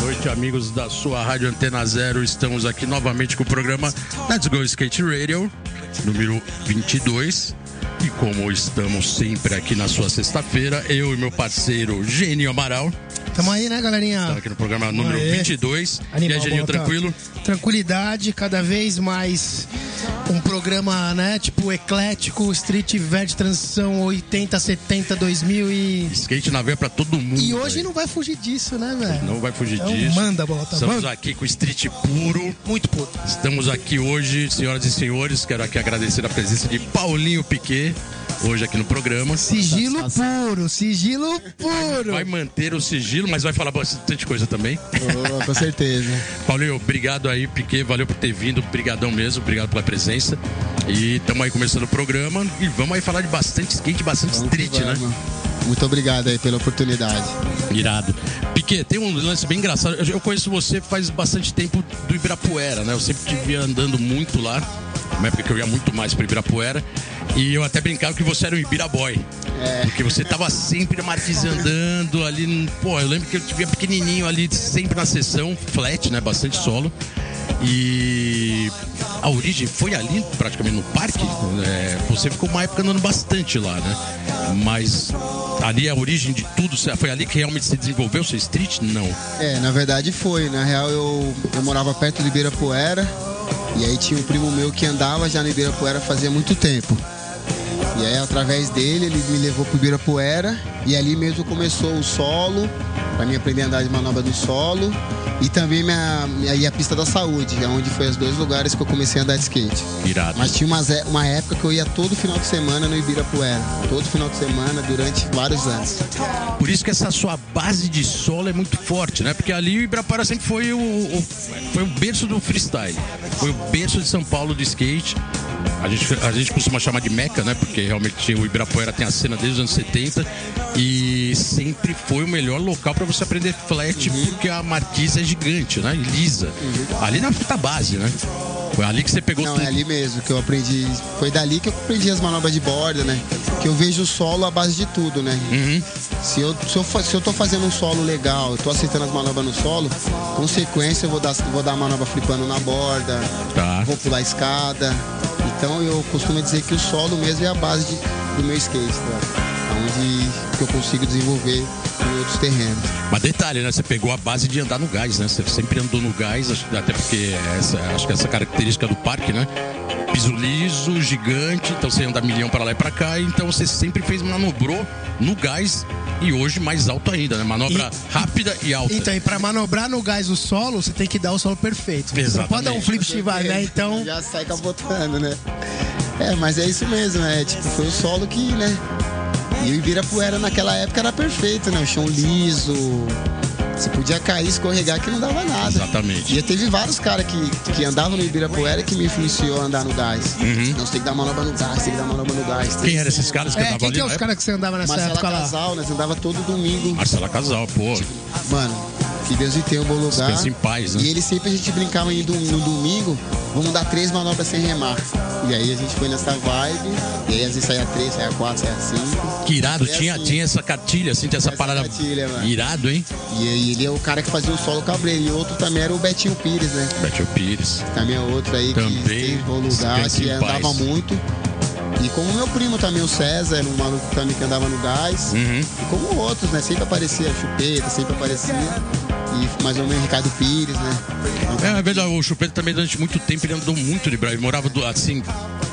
Boa noite, amigos da sua Rádio Antena Zero. Estamos aqui novamente com o programa Let's Go Skate Radio, número 22. E como estamos sempre aqui na sua sexta-feira, eu e meu parceiro Genio Amaral, Tamo aí, né, galerinha? estamos aqui no programa número Aê. 22. Animal, e aí, Geninho, bom, tá? tranquilo? Tranquilidade, cada vez mais um programa, né, tipo eclético, street verde, transição 80, 70, 2000 e... Skate na veia pra todo mundo. E hoje velho. não vai fugir disso, né, velho? Não vai fugir Então, disso. manda, Bolota, Estamos manda. aqui com street puro. Muito puto. Estamos aqui hoje, senhoras e senhores. Quero aqui agradecer a presença de Paulinho Piquet, hoje aqui no programa. Sigilo puro, sigilo puro. Vai manter o sigilo, mas vai falar bastante coisa também. Boa, com certeza. Paulinho, obrigado aí, Piquet. Valeu por ter vindo. Obrigadão mesmo. Obrigado pela presença. E estamos aí começando o programa. E vamos aí falar de bastante skate, bastante street, né? Vamos. Muito obrigado aí pela oportunidade. Irado. Piquet, tem um lance bem engraçado. Eu eu conheço você faz bastante tempo do Ibirapuera, né? Eu sempre te via andando muito lá. Uma época que eu ia muito mais pro Ibirapuera. E eu até brincava que você era um Ibiraboy. Porque você tava sempre na marquise andando ali. no- Pô, eu lembro que eu te via pequenininho ali, sempre na sessão, flat, né? Bastante solo. E a origem foi ali, praticamente no parque. né? você ficou uma época andando bastante lá, né? Mas ali é a origem de tudo. Foi ali que realmente se desenvolveu seu street? Não. É, na verdade foi. Na real, eu, eu morava perto do Ibirapuera. E aí tinha um primo meu que andava já no Ibirapuera fazia muito tempo. E aí, através dele, ele me levou pro Ibirapuera. E ali mesmo começou o solo, pra mim aprender a andar de manobra do solo. E também minha, minha, e a pista da saúde, é onde foi os dois lugares que eu comecei a andar de skate. Irado. Mas tinha umas é- uma época que eu ia todo final de semana no Ibirapuera. Todo final de semana, durante vários anos. Por isso que essa sua base de solo é muito forte, né? Porque ali o Ibirapuera sempre foi o, o- foi o berço do freestyle. Foi o berço de São Paulo do skate. A gente, a gente costuma chamar de Meca, né? Porque realmente o Ibirapuera tem a cena desde os anos 70 e sempre foi o melhor local para você aprender flat, Uhum. porque a marquise é gigante, né? E lisa. Ali na puta base, né? Foi ali que você pegou Não, tudo. é ali mesmo que eu aprendi. Foi dali que eu aprendi as manobras de borda, né? Que eu vejo o solo à base de tudo, né? Uhum. Se eu, se, eu, fa- se eu tô fazendo um solo legal, eu tô aceitando as manobras no solo, consequência eu vou dar, vou dar a manobra flipando na borda, Tá. vou pular a escada. Então eu costumo dizer que o solo mesmo é a base de- do meu skate, né? Onde que eu consigo desenvolver em outros terrenos. Mas detalhe, né? Você pegou a base de andar no gás, né? Você sempre andou no gás, acho- até porque essa, acho que essa característica do parque, né? Piso liso, gigante, então você anda milhão para lá e para cá, então você sempre fez manobrou no gás e hoje mais alto ainda, né? Manobra rápida e alta. Então, e pra manobrar no gás o solo, você tem que dar o solo perfeito. Você Não Exatamente. pode dar um flip chivar, né? Então, Já sai capotando, né? É, mas é isso mesmo, é tipo, foi o solo que, né? E o Ibirapuera naquela época era perfeito, né? O chão liso. Você podia cair, escorregar que não dava nada. Exatamente. E já teve vários caras que, que andavam no Ibirapuera que me influenciou a andar no gás. Não, você tem que dar manobra no gás, tem que dar manobra no gás. tem Quem que- eram esses caras que é, andavam quem ali? né? que é na os época? caras que você andava nessa Marcela época lá? Casal, né? Você andava todo domingo. Marcela Casal, pô. Mano, que Deus lhe tenha um bom lugar. Descanse em paz, né? E ele sempre a gente brincava em dom- no domingo, vamos dar três manobras sem remar. E aí a gente foi nessa vibe, e aí às vezes saia três, saia quatro, saia cinco. Que irado, É tinha, assim. tinha essa cartilha, assim, tinha essa, Essa parada. cartilha, mano. irado, hein? E aí ele é o cara que fazia o solo cabreiro. E outro também era o Betinho Pires, né? Beto Pires. Também é outro aí Também, que teve um bom lugar, descanse que em andava paz. muito. E como meu primo também, o César, era um maluco também que andava no gás. Uhum. E como outros, né? Sempre aparecia chupeta, sempre aparecia. E mais ou menos Ricardo Pires, né? É, é verdade, o Chupeta também durante muito tempo ele andou muito de Bravo, morava do, assim,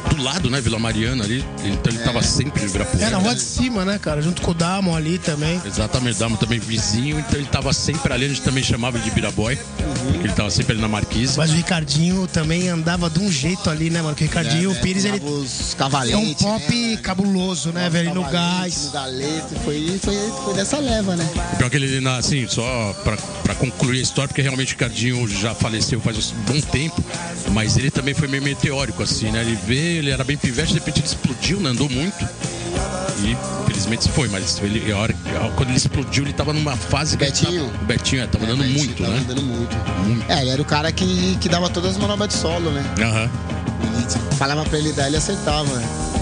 do lado, né? Vila Mariana ali. Então ele tava sempre no Ibirapuera. É, na rua de cima, né, cara? Junto com o Damo ali também. Exatamente, Damo também vizinho, então ele tava sempre ali, a gente também chamava de Biraboy, ele tava sempre ali na Marquise. Mas o Ricardinho também andava de um jeito ali, né, mano? Que o Ricardinho, o Pires, ele É, Os é um cavaletes. pop né? cabuloso, né, velho? No Cavalete, gás. No galeto. Foi, foi, foi dessa leva, né? Pior que ele, na- assim, só pra, pra concluir a história, porque realmente o Cardinho já faleceu faz um bom tempo, mas ele também foi meio meteórico, assim, né? Ele veio, ele era bem pivete, de repente ele explodiu, né? andou muito. E infelizmente se foi, mas ele, a hora, a- quando ele explodiu, ele tava numa fase que ele tava- Betinho? o Betinho é, tava É, dando mas muito, tava né? Dando muito. Muito. É, ele era o cara que, que dava todas as manobras de solo, né? Aham. E falava pra ele dar, ele acertava.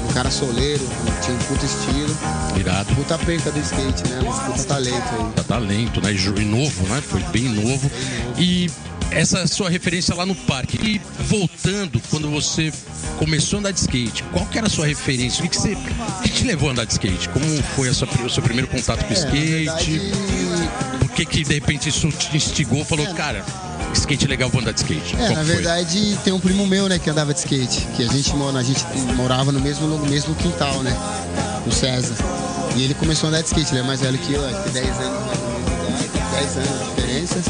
Um cara soleiro, tinha um puta estilo, Irado. puta perca do skate, né? Um puta talento aí. Tá talento, né? E jo- e novo, né? Foi bem novo. E essa sua referência lá no parque. E voltando, quando você começou a andar de skate, qual que era a sua referência? O que, que você o que te levou a andar de skate? Como foi a sua pri- o seu primeiro contato com É, na skate? Por que que de repente isso te instigou? Falou, cara, skate é legal, vou andar de skate. É, Qual na que foi? verdade tem um primo meu, né, que andava de skate, que a gente, mora- a gente morava no mesmo, no mesmo quintal, né? O César. E ele começou a andar de skate, ele é mais velho que eu, acho que 10 anos, mais ou menos, de idade, 10 anos de diferença.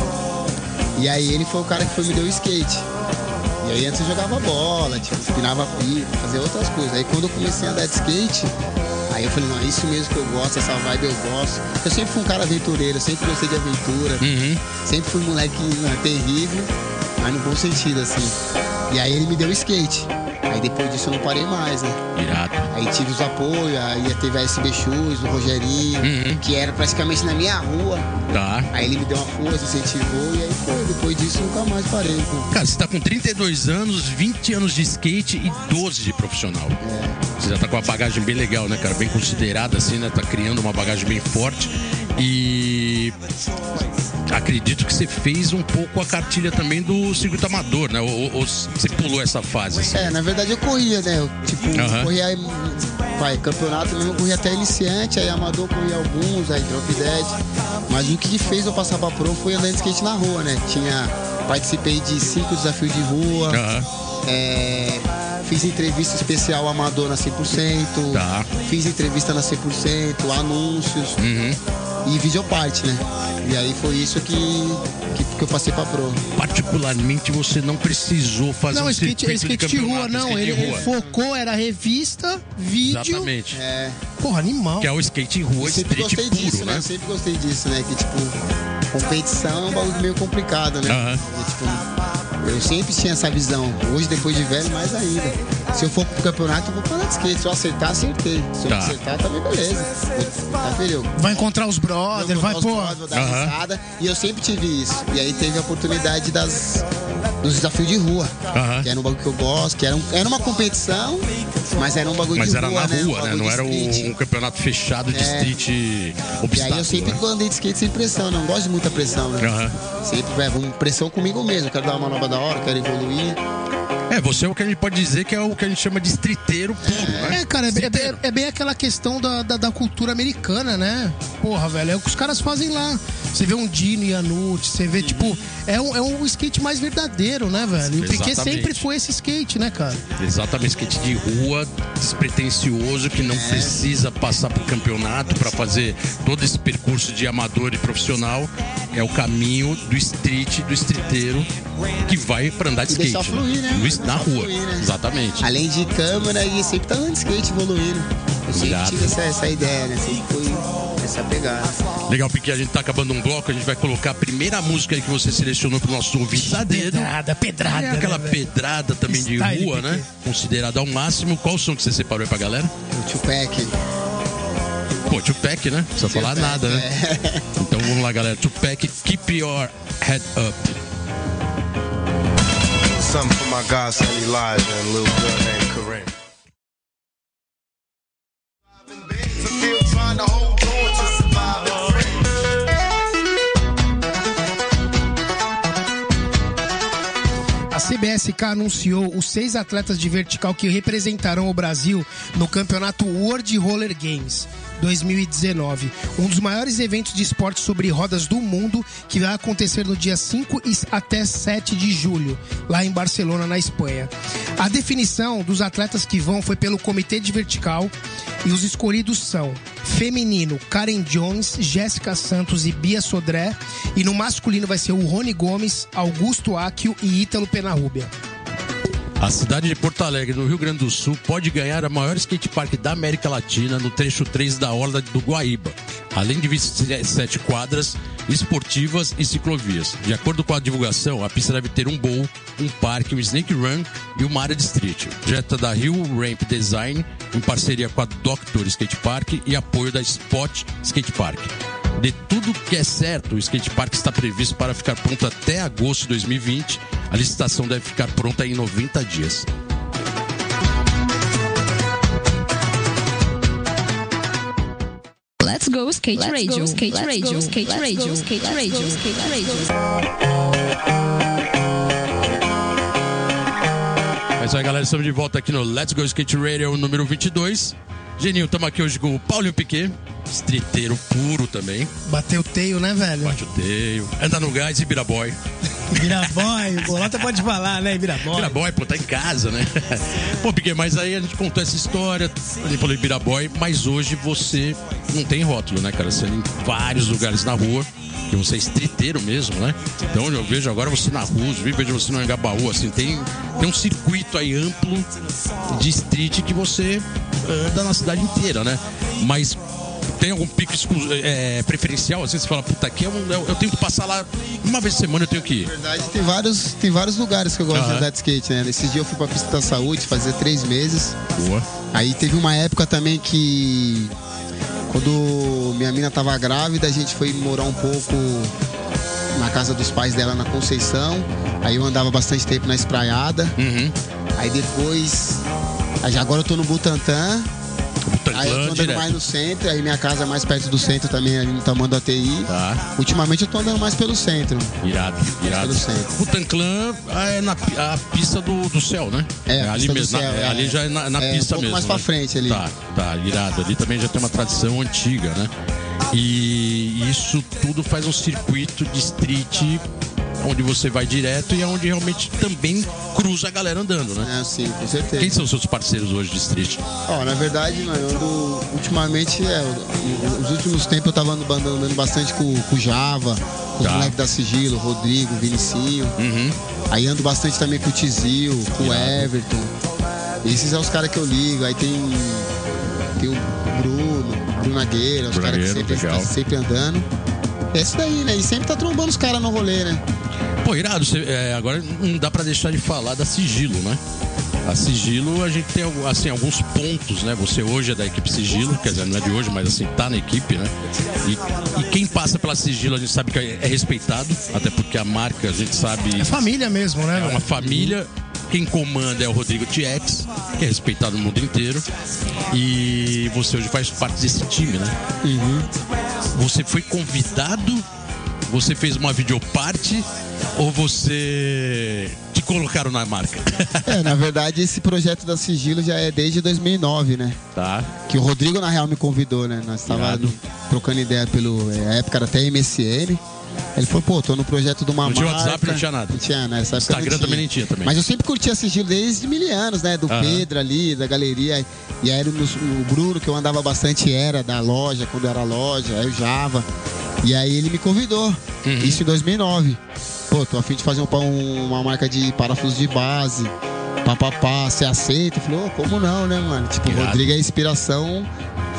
E aí ele foi o cara que foi me deu o skate. E aí antes eu jogava bola, tipo, empinava pipa, fazia outras coisas. Aí quando eu comecei a andar de skate, aí eu falei, não, é isso mesmo que eu gosto, essa vibe eu gosto. Eu sempre fui um cara aventureiro, eu sempre gostei de aventura. Uhum. Sempre fui um moleque né, terrível, mas no bom sentido, assim. E aí ele me deu o skate. Aí depois disso eu não parei mais, né? Irado. Aí tive os apoios, aí teve a SB Shoes, do Rogerinho, Uhum. que era praticamente na minha rua. Tá. Aí ele me deu uma força, incentivou, e aí foi. Depois disso nunca mais parei, né. pô. Cara, você tá com 32 anos, 20 anos de skate e 12 de profissional. Você já tá com uma bagagem bem legal, né, cara? Bem considerada, assim, né? Tá criando uma bagagem bem forte. E acredito que você fez um pouco a cartilha também do circuito amador, né? Ou, ou- ou você pulou essa fase, assim. É, na verdade eu corria, né? Eu, tipo, Aham. corria aí, vai, campeonato mesmo, eu corria até iniciante, aí amador corria alguns, aí drop dead. Mas o que fez eu passar pra pro foi andar de skate na rua, né? Tinha, participei de cinco desafios de rua, Aham. é, fiz entrevista especial amador na 100%, Tá. fiz entrevista na 100%, anúncios Uhum. e videoparte, né? E aí foi isso que, que, que eu passei pra pro. Particularmente, você não precisou fazer Não, um skate, circuito skate de campeonato, rua, não. skate de Ele, ele rua. focou, era revista, vídeo. Exatamente. É. Porra, animal. Que é o skate em rua, Eu street sempre gostei puro, disso, né? né? Eu sempre gostei disso, né? Que, tipo, competição é um bagulho meio complicado, né? Aham. E, tipo, eu sempre tinha essa visão. Hoje, depois de velho, mais ainda. Se eu for pro campeonato, eu vou parar de skate. Se eu acertar, acertei. Se eu Tá. não acertar, também beleza. Tá, filho? Vai encontrar os Eu brother, vou vai, dar os pô. gols, vou dar Aham. risada. E eu sempre tive isso. E aí teve a oportunidade das, dos desafios de rua. Aham. Que era um bagulho que eu gosto, que era, um- era uma competição, mas era um bagulho Mas de era rua, na rua, Um né? bagulho Não de era street. um, um campeonato fechado de É. street E aí obstáculo. eu sempre né? andei de skate sem pressão, não gosto de muita pressão, né? Aham. Sempre, velho, vamos pressão comigo mesmo, quero dar uma nova da hora, quero evoluir. É, você é o que a gente pode dizer que é o que a gente chama de streeteiro puro, né? É, cara, é, bem- é bem- Streeteiro. é bem aquela questão da, da, da cultura americana, né? Porra, velho, é o que os caras fazem lá. Você vê um Dino e Anucci, você vê, tipo, é um, é um skate mais verdadeiro, né, velho? E o Piquet Exatamente. sempre foi esse skate, né, cara? Exatamente, skate de rua, despretensioso, que É. não precisa passar por campeonato pra fazer todo esse percurso de amador e profissional. É o caminho do street, do streeteiro, que vai pra andar de E deixar skate. fluir, né? No- Deixar Na rua. fluir, né? Exatamente. Além de câmera, e sempre tá andando de skate evoluindo. Eu sempre Irado. tive essa, essa ideia, né? Sempre fui essa pegada. Legal, porque a gente tá acabando um bloco, a gente vai colocar a primeira música aí que você selecionou pro nosso ouvinte a dedo. Pedrada, pedrada. É aquela né, velho? pedrada também de Style rua, de né? Considerada ao máximo. Qual o som que você separou aí pra galera? O Tupac. Pô, Tupac, né? Não precisa falar nada, é. né? é, Então vamos lá, galera. Tupac, keep your head up. Something for my godson Elijah and little girl named Corinne. A CBSK anunciou os seis atletas de vertical que representarão o Brasil no campeonato World Roller Games 2019. Um dos maiores eventos de esporte sobre rodas do mundo que vai acontecer no dia 5 e até 7 de julho, lá em Barcelona, na Espanha. A definição dos atletas que vão foi pelo comitê de vertical e os escolhidos são feminino Karen Jones, Jéssica Santos e Bia Sodré e no masculino vai ser o Rony Gomes, Augusto Aquio e Ítalo Penarrubia. A cidade de Porto Alegre, no Rio Grande do Sul, pode ganhar a maior skate park da América Latina no trecho 3 da Orla do Guaíba, além de 27 quadras esportivas e ciclovias. De acordo com a divulgação, a pista deve ter um bowl, um parque, um snake run e uma área de street. Jeta da Rio Ramp Design, em parceria com a Doctor Skate Park e apoio da Spot Skate Park. De tudo que é certo, o skatepark está previsto para ficar pronto até agosto de 2020. A licitação deve ficar pronta em 90 dias. Let's go skate radio, skate radio, skate radio, skate radio, skate radio. É isso aí, galera. Estamos de volta aqui no Let's Go Skate Radio número 22. Geninho, estamos aqui hoje com o Paulinho Piquet, streeteiro puro também. Bateu o teio, né, velho? Chuteio, anda no gás e biraboy. Virabói, o Bolota pode falar, né? Virabói. Biraboy, pô, tá em casa, né? Pô, Piquet, mas aí a gente contou essa história, ele falou Biraboy, mas hoje você não tem rótulo, né, cara? Você anda em vários lugares na rua, que você é streeteiro mesmo, né? Então eu vejo agora você na rua, eu vejo você no Angabaú, assim, tem, tem um circuito aí amplo de street que você anda na cidade inteira, né? Mas tem algum pico exclu- é, preferencial? Às vezes você fala, puta, aqui é um- eu, eu tenho que passar lá uma vez por semana, eu tenho que ir. Na verdade, tem vários, tem vários lugares que eu gosto Aham. de andar de skate, né? Nesse dia eu fui pra pista da saúde fazer três meses. Boa. Aí teve uma época também que quando minha mina tava grávida, a gente foi morar um pouco na casa dos pais dela na Conceição. Aí eu andava bastante tempo na espraiada. Uhum. Aí depois. aí já agora eu tô no Butantã. Aí eu tô Tanglã, andando direto. mais no centro, aí minha casa é mais perto do centro também, ali no tamanho da TI. Tá. Ultimamente eu tô andando mais pelo centro. Irado, irado. Pelo centro. O Tanclan é na pi- a pista do, do céu, né? É, a ali pista do mesmo. na- céu, é, é. ali já é na, na É, um pista pouco mesmo. mais pra né? frente ali. Tá, tá, irado. Ali também já tem uma tradição antiga, né? E isso tudo faz um circuito de street onde você vai direto e é onde realmente também cruza a galera andando, né? É, sim, com certeza. Quem são os seus parceiros hoje de street? Ó, na verdade, mano, eu ando, ultimamente, é, os últimos tempos eu tava andando, andando bastante com, com o Java, com os Tá. moleques da Sigilo, Rodrigo, Vinicinho. Aí ando bastante também com o Tizil, com o Everton. Esses são os caras que eu ligo. Aí tem, tem o Bruno, Bruno Agueira, os caras Brunagueira, que sempre, legal. tá sempre andando. É isso daí, né? E sempre tá trombando os caras no rolê, né? Pô, irado, você- é, agora não dá pra deixar de falar da Sigilo, né? A Sigilo, a gente tem algu- assim, alguns pontos, né? Você hoje é da equipe Sigilo, quer dizer, não é de hoje, mas assim, tá na equipe, né? E, e quem passa pela Sigilo, a gente sabe que é é respeitado, até porque a marca, a gente sabe, É família mesmo, né, é uma velho? família. Quem comanda é o Rodrigo Tietz, que é respeitado no mundo inteiro. E você hoje faz parte desse time, né? Você foi convidado? Você fez uma videoparte? Ou você te colocaram na marca? É, na verdade, esse projeto da Sigilo já é desde 2009, né? Tá. Que o Rodrigo, na real, me convidou, né? Nós Irado. estávamos trocando ideia pelo. é, A época era até MSN. Ele falou, pô, tô no projeto de uma Não tinha marca. WhatsApp, não tinha nada. Não tinha, né? Essa época Instagram não também não tinha também. Mas eu sempre curti a sigilo desde mil anos, né? Do Aham. Pedro ali, da galeria. E aí era o, meu- o Bruno, que eu andava bastante, era da loja, quando era loja, aí o Java. E aí ele me convidou. Uhum. Isso em 2009. Pô, tô a fim de fazer um pa- um- uma marca de parafuso de base. Papapá, você aceita? Eu Falei, ô, como não, né, mano? Tipo, o Irado. Rodrigo é inspiração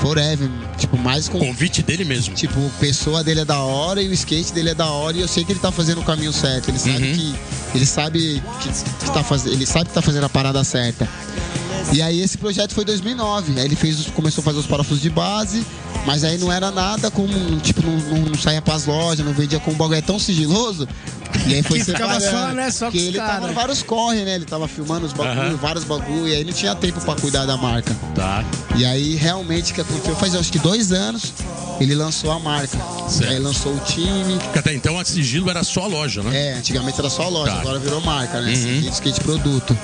forever. Tipo, mais com. Convite dele mesmo. Tipo, a pessoa dele é da hora e o skate dele é da hora e eu sei que ele tá fazendo o caminho certo. Ele sabe Uhum. que. Ele sabe que, que tá faz... ele sabe que tá fazendo a parada certa. E aí esse projeto foi em 2009. Aí ele fez, os- começou a fazer os parafusos de base, mas aí não era nada como, tipo, não, não, não saía pras lojas, não vendia como o bagulho é tão sigiloso. E aí foi Que ficava separando. só, né, só Porque com os ele tava cara. em vários corre, né? Ele tava filmando os bagulhos, Aham. vários bagulhos, e aí não tinha tempo pra cuidar da marca. Tá. E aí realmente o que aconteceu faz acho que dois anos ele lançou a marca. Certo. Aí lançou o time. Porque até então a Sigilo era só a loja, né? É, antigamente era só loja, Tá. agora virou marca, né? Skate, skate produto.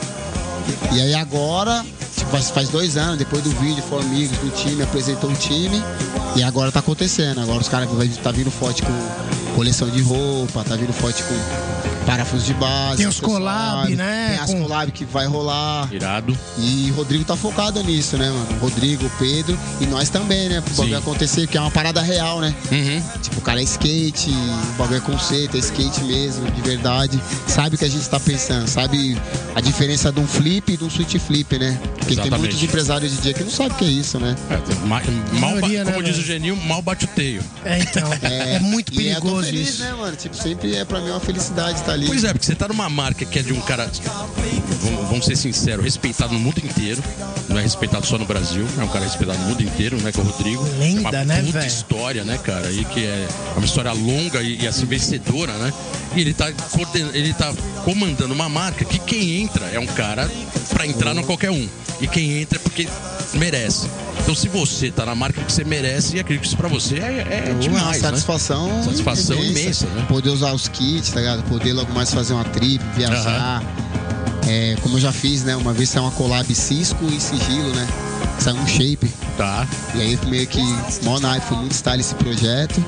E aí agora faz, faz dois anos, depois do vídeo, foram amigos do time, apresentou o time. E agora tá acontecendo. Agora os caras vai- tá vindo forte com coleção de roupa, tá vindo forte com parafuso de base. Tem os acessório, collab, né? Tem as Com- collab que vai rolar. Irado. E o Rodrigo tá focado nisso, né, mano? Rodrigo, Pedro e nós também, né? Pro bagulho Sim. acontecer, porque é uma parada real, né? Uhum. Tipo, o cara é skate, o bagulho é conceito, é skate mesmo, de verdade. Sabe o que a gente tá pensando, sabe a diferença de um flip e de um switch flip, né? Porque tem Exatamente. muitos empresários de dia que não sabem o que é isso, né? É, ma- mal ba- maioria, né, como diz o velho? Genil, mal bate o teio. É, então. É, muito e é tão perigoso feliz, isso. né, mano? Tipo, sempre é pra mim uma felicidade estar ali. Pois é, porque você tá numa marca que é de um cara, vamos, vamos ser sinceros, respeitado no mundo inteiro. Não é respeitado só no Brasil, é um cara respeitado no mundo inteiro, né? Que é o Rodrigo. Lenda, é uma né, puta velho? história, né, cara? E que é uma história longa e, e, assim, vencedora, né? E ele tá, coorden- ele tá comandando uma marca que quem entra é um cara pra entrar não é qualquer um. E quem entra é porque merece. Então se você tá na marca que você merece, e acredito que isso pra você é, é Pô, demais, uma né? satisfação, Satisfação imensa, né? Poder usar os kits, tá ligado? Poder logo mais fazer uma trip, viajar. É, como eu já fiz, né? Uma vez saiu uma collab Cisco e Sigilo, né? Saiu um shape. Tá. E aí meio que mó naipe, foi muito style esse projeto.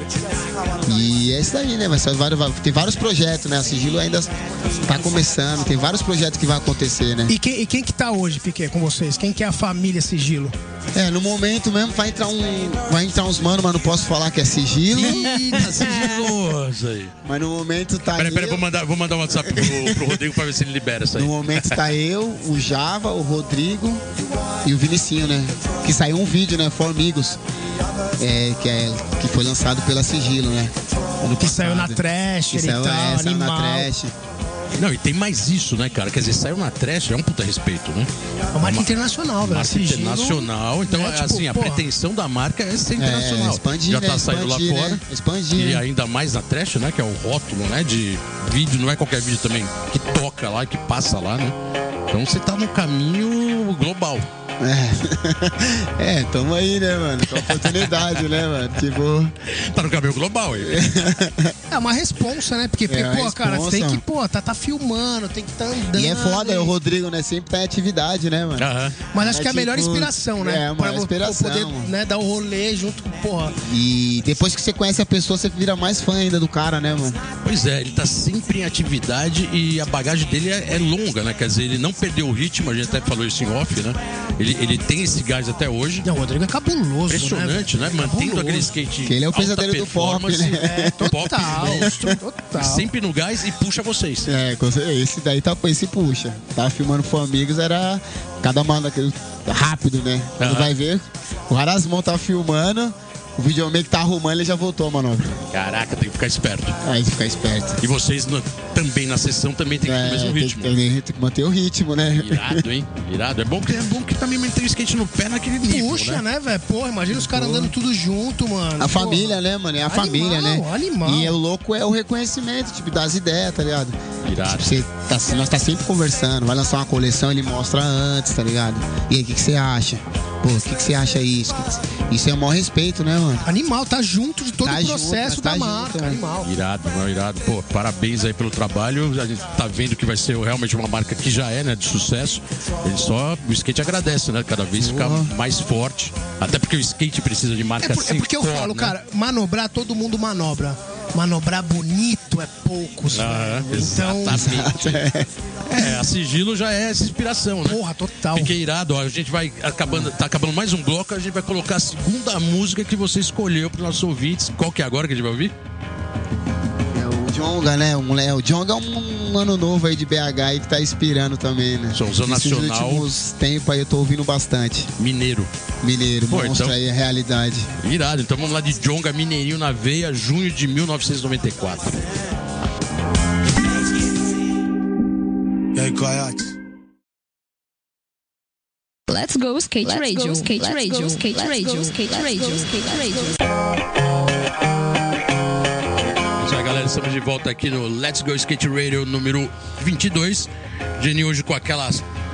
E é isso daí, né? Vai sair vários, vai- tem vários projetos, né? A Sigilo ainda tá começando, tem vários projetos que vai acontecer, né? E quem, e quem que tá hoje, Piquet, com vocês? Quem que é a família Sigilo? É, no momento mesmo vai entrar um. Vai entrar uns mano, mas não posso falar que é sigilo. Sigiloso um aí. Mas no momento tá. É. Peraí, peraí, eu- vou mandar, vou mandar um WhatsApp pro, pro Rodrigo pra ver se ele libera isso aí. No momento tá eu, o Java, o Rodrigo e o Vinicinho, né? Que saiu um vídeo, né? Formigos. É, que, é, que foi lançado pela Sigilo, né? Ano Que saiu na passado. trash Que e saiu, então, tal, é, saiu animal. na trash. Não, e tem mais isso, né, cara? Quer dizer, saiu na trash, é um puta respeito, né? É uma marca internacional, velho. Marca Sigilo- internacional, então, né, tipo, assim, a porra. pretensão da marca é ser É, internacional. expandir, Já né? tá saindo lá Expandir, fora. Né? Expandir, E né? ainda mais na trash, né? Que é o rótulo, né? De vídeo, não é qualquer vídeo também que toca lá, que passa lá, né? Então você tá no caminho global. É. é, tamo aí, né, mano? Com a oportunidade, né, mano? Tipo, Tá no caminho global aí. É uma responsa, né? Porque, É uma pô, cara, responsa. tem que, pô, tá, tá filmando, tem que tá andando. e é foda, o Rodrigo, né? Sempre tá em atividade, né, mano? Aham. Mas acho É que é a melhor tipo- inspiração, né? é, uma vo- inspiração. poder né, dar o rolê junto com, porra. E depois que você conhece a pessoa, você vira mais fã ainda do cara, né, mano? Pois é, ele tá sempre em atividade e a bagagem dele é, é longa, né? Quer dizer, ele não perdeu o ritmo, a gente até falou isso em off, né? Ele, ele tem esse gás até hoje. Não, o Rodrigo é cabuloso, Impressionante, né? velho? Mantendo Cabuloso. aquele skate. Que ele é o alta pesadelo do pop, performance, né? Tá É, pop, total, né? total. Sempre no gás e puxa vocês. É, com certeza. esse daí tá, esse puxa. Tava filmando com amigos, era cada mano aquele- rápido, né? Quando Aham. vai ver, o Rasmão tava filmando, o videomaker tá arrumando, ele já voltou, mano. Caraca, tem que ficar esperto. Aí fica esperto. E vocês no- também na sessão também tem que ter o mesmo É, tem- ritmo. Tem, tem que manter o ritmo, né? Irado, hein? Irado. É bom que, é bom que também mantém o skate no pé naquele nível, Puxa, né? né, velho? Porra, imagina os caras andando tudo junto, mano. Porra. A família, né, mano? É a Animal, família, né? animal. E é o louco é o reconhecimento, tipo, das ideias, tá ligado? Irado. Tipo, você tá, nós tá sempre conversando, vai lançar uma coleção, ele mostra antes, tá ligado? E aí, o que, que você acha? Pô, o que, que você acha isso? Que que- Isso é o maior respeito, né, mano? Animal, tá junto de todo Tá o processo junto, da tá junto, marca. né? animal. Irado, não, irado. Pô, parabéns aí pelo trabalho. A gente tá vendo que vai ser realmente uma marca que já é, né, de sucesso. Ele só, o skate agradece, né? Cada vez fica mais forte. Até porque o skate precisa de É, marca por- é assim. porque eu core, falo, né? cara, manobrar, todo mundo manobra. Manobrar bonito é poucos, Ah, velho. Então, exatamente. É, a sigilo já é essa inspiração, né? porra, total. Fiquei irado, ó. A gente vai acabando, tá acabando mais um bloco, a gente vai colocar a segunda música que você escolheu para nossos ouvintes. Qual que é agora que a gente vai ouvir? É o Jonga, né? O, moleque- o Jonga é um ano novo aí de BH aí que tá inspirando também, né? Somzão Esses nacional. últimos tempos aí eu tô ouvindo bastante. Mineiro. Mineiro, Pô, mostra então- aí a realidade. Irado, então vamos lá de Jonga Mineirinho na veia, junho de 1994. E aí, coiote? Let's go skate radio. skate radio. skate radio. skate radio. skate radio. É isso aí, galera. Estamos de volta aqui no Let's Go Skate Radio número 22. Geni hoje com aquela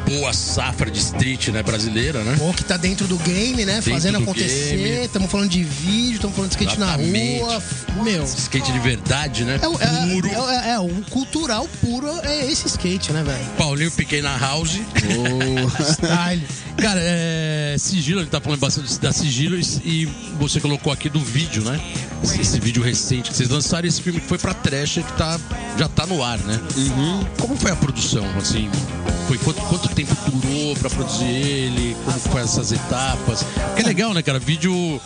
boa safra de street, né, brasileira, né? Pô, que tá dentro do game, né? Dentro Fazendo do acontecer. game. Estamos falando de vídeo, estamos falando de skate Exatamente. na rua. Meu. Skate de verdade, né? É, o- é- Puro. é- é, um cultural puro é esse skate, né, velho? Paulinho Piquet na house. Style. Cara, é, sigilo, ele tá falando bastante da sigilo e- e você colocou aqui do vídeo, né? Esse, esse vídeo recente que vocês lançaram, esse filme que foi pra trash, que tá, já tá no ar, né? Como foi a produção, assim? Foi quanto, quanto tempo durou pra produzir ele? Como foi essas etapas? Porque é legal, né, cara? Vídeo...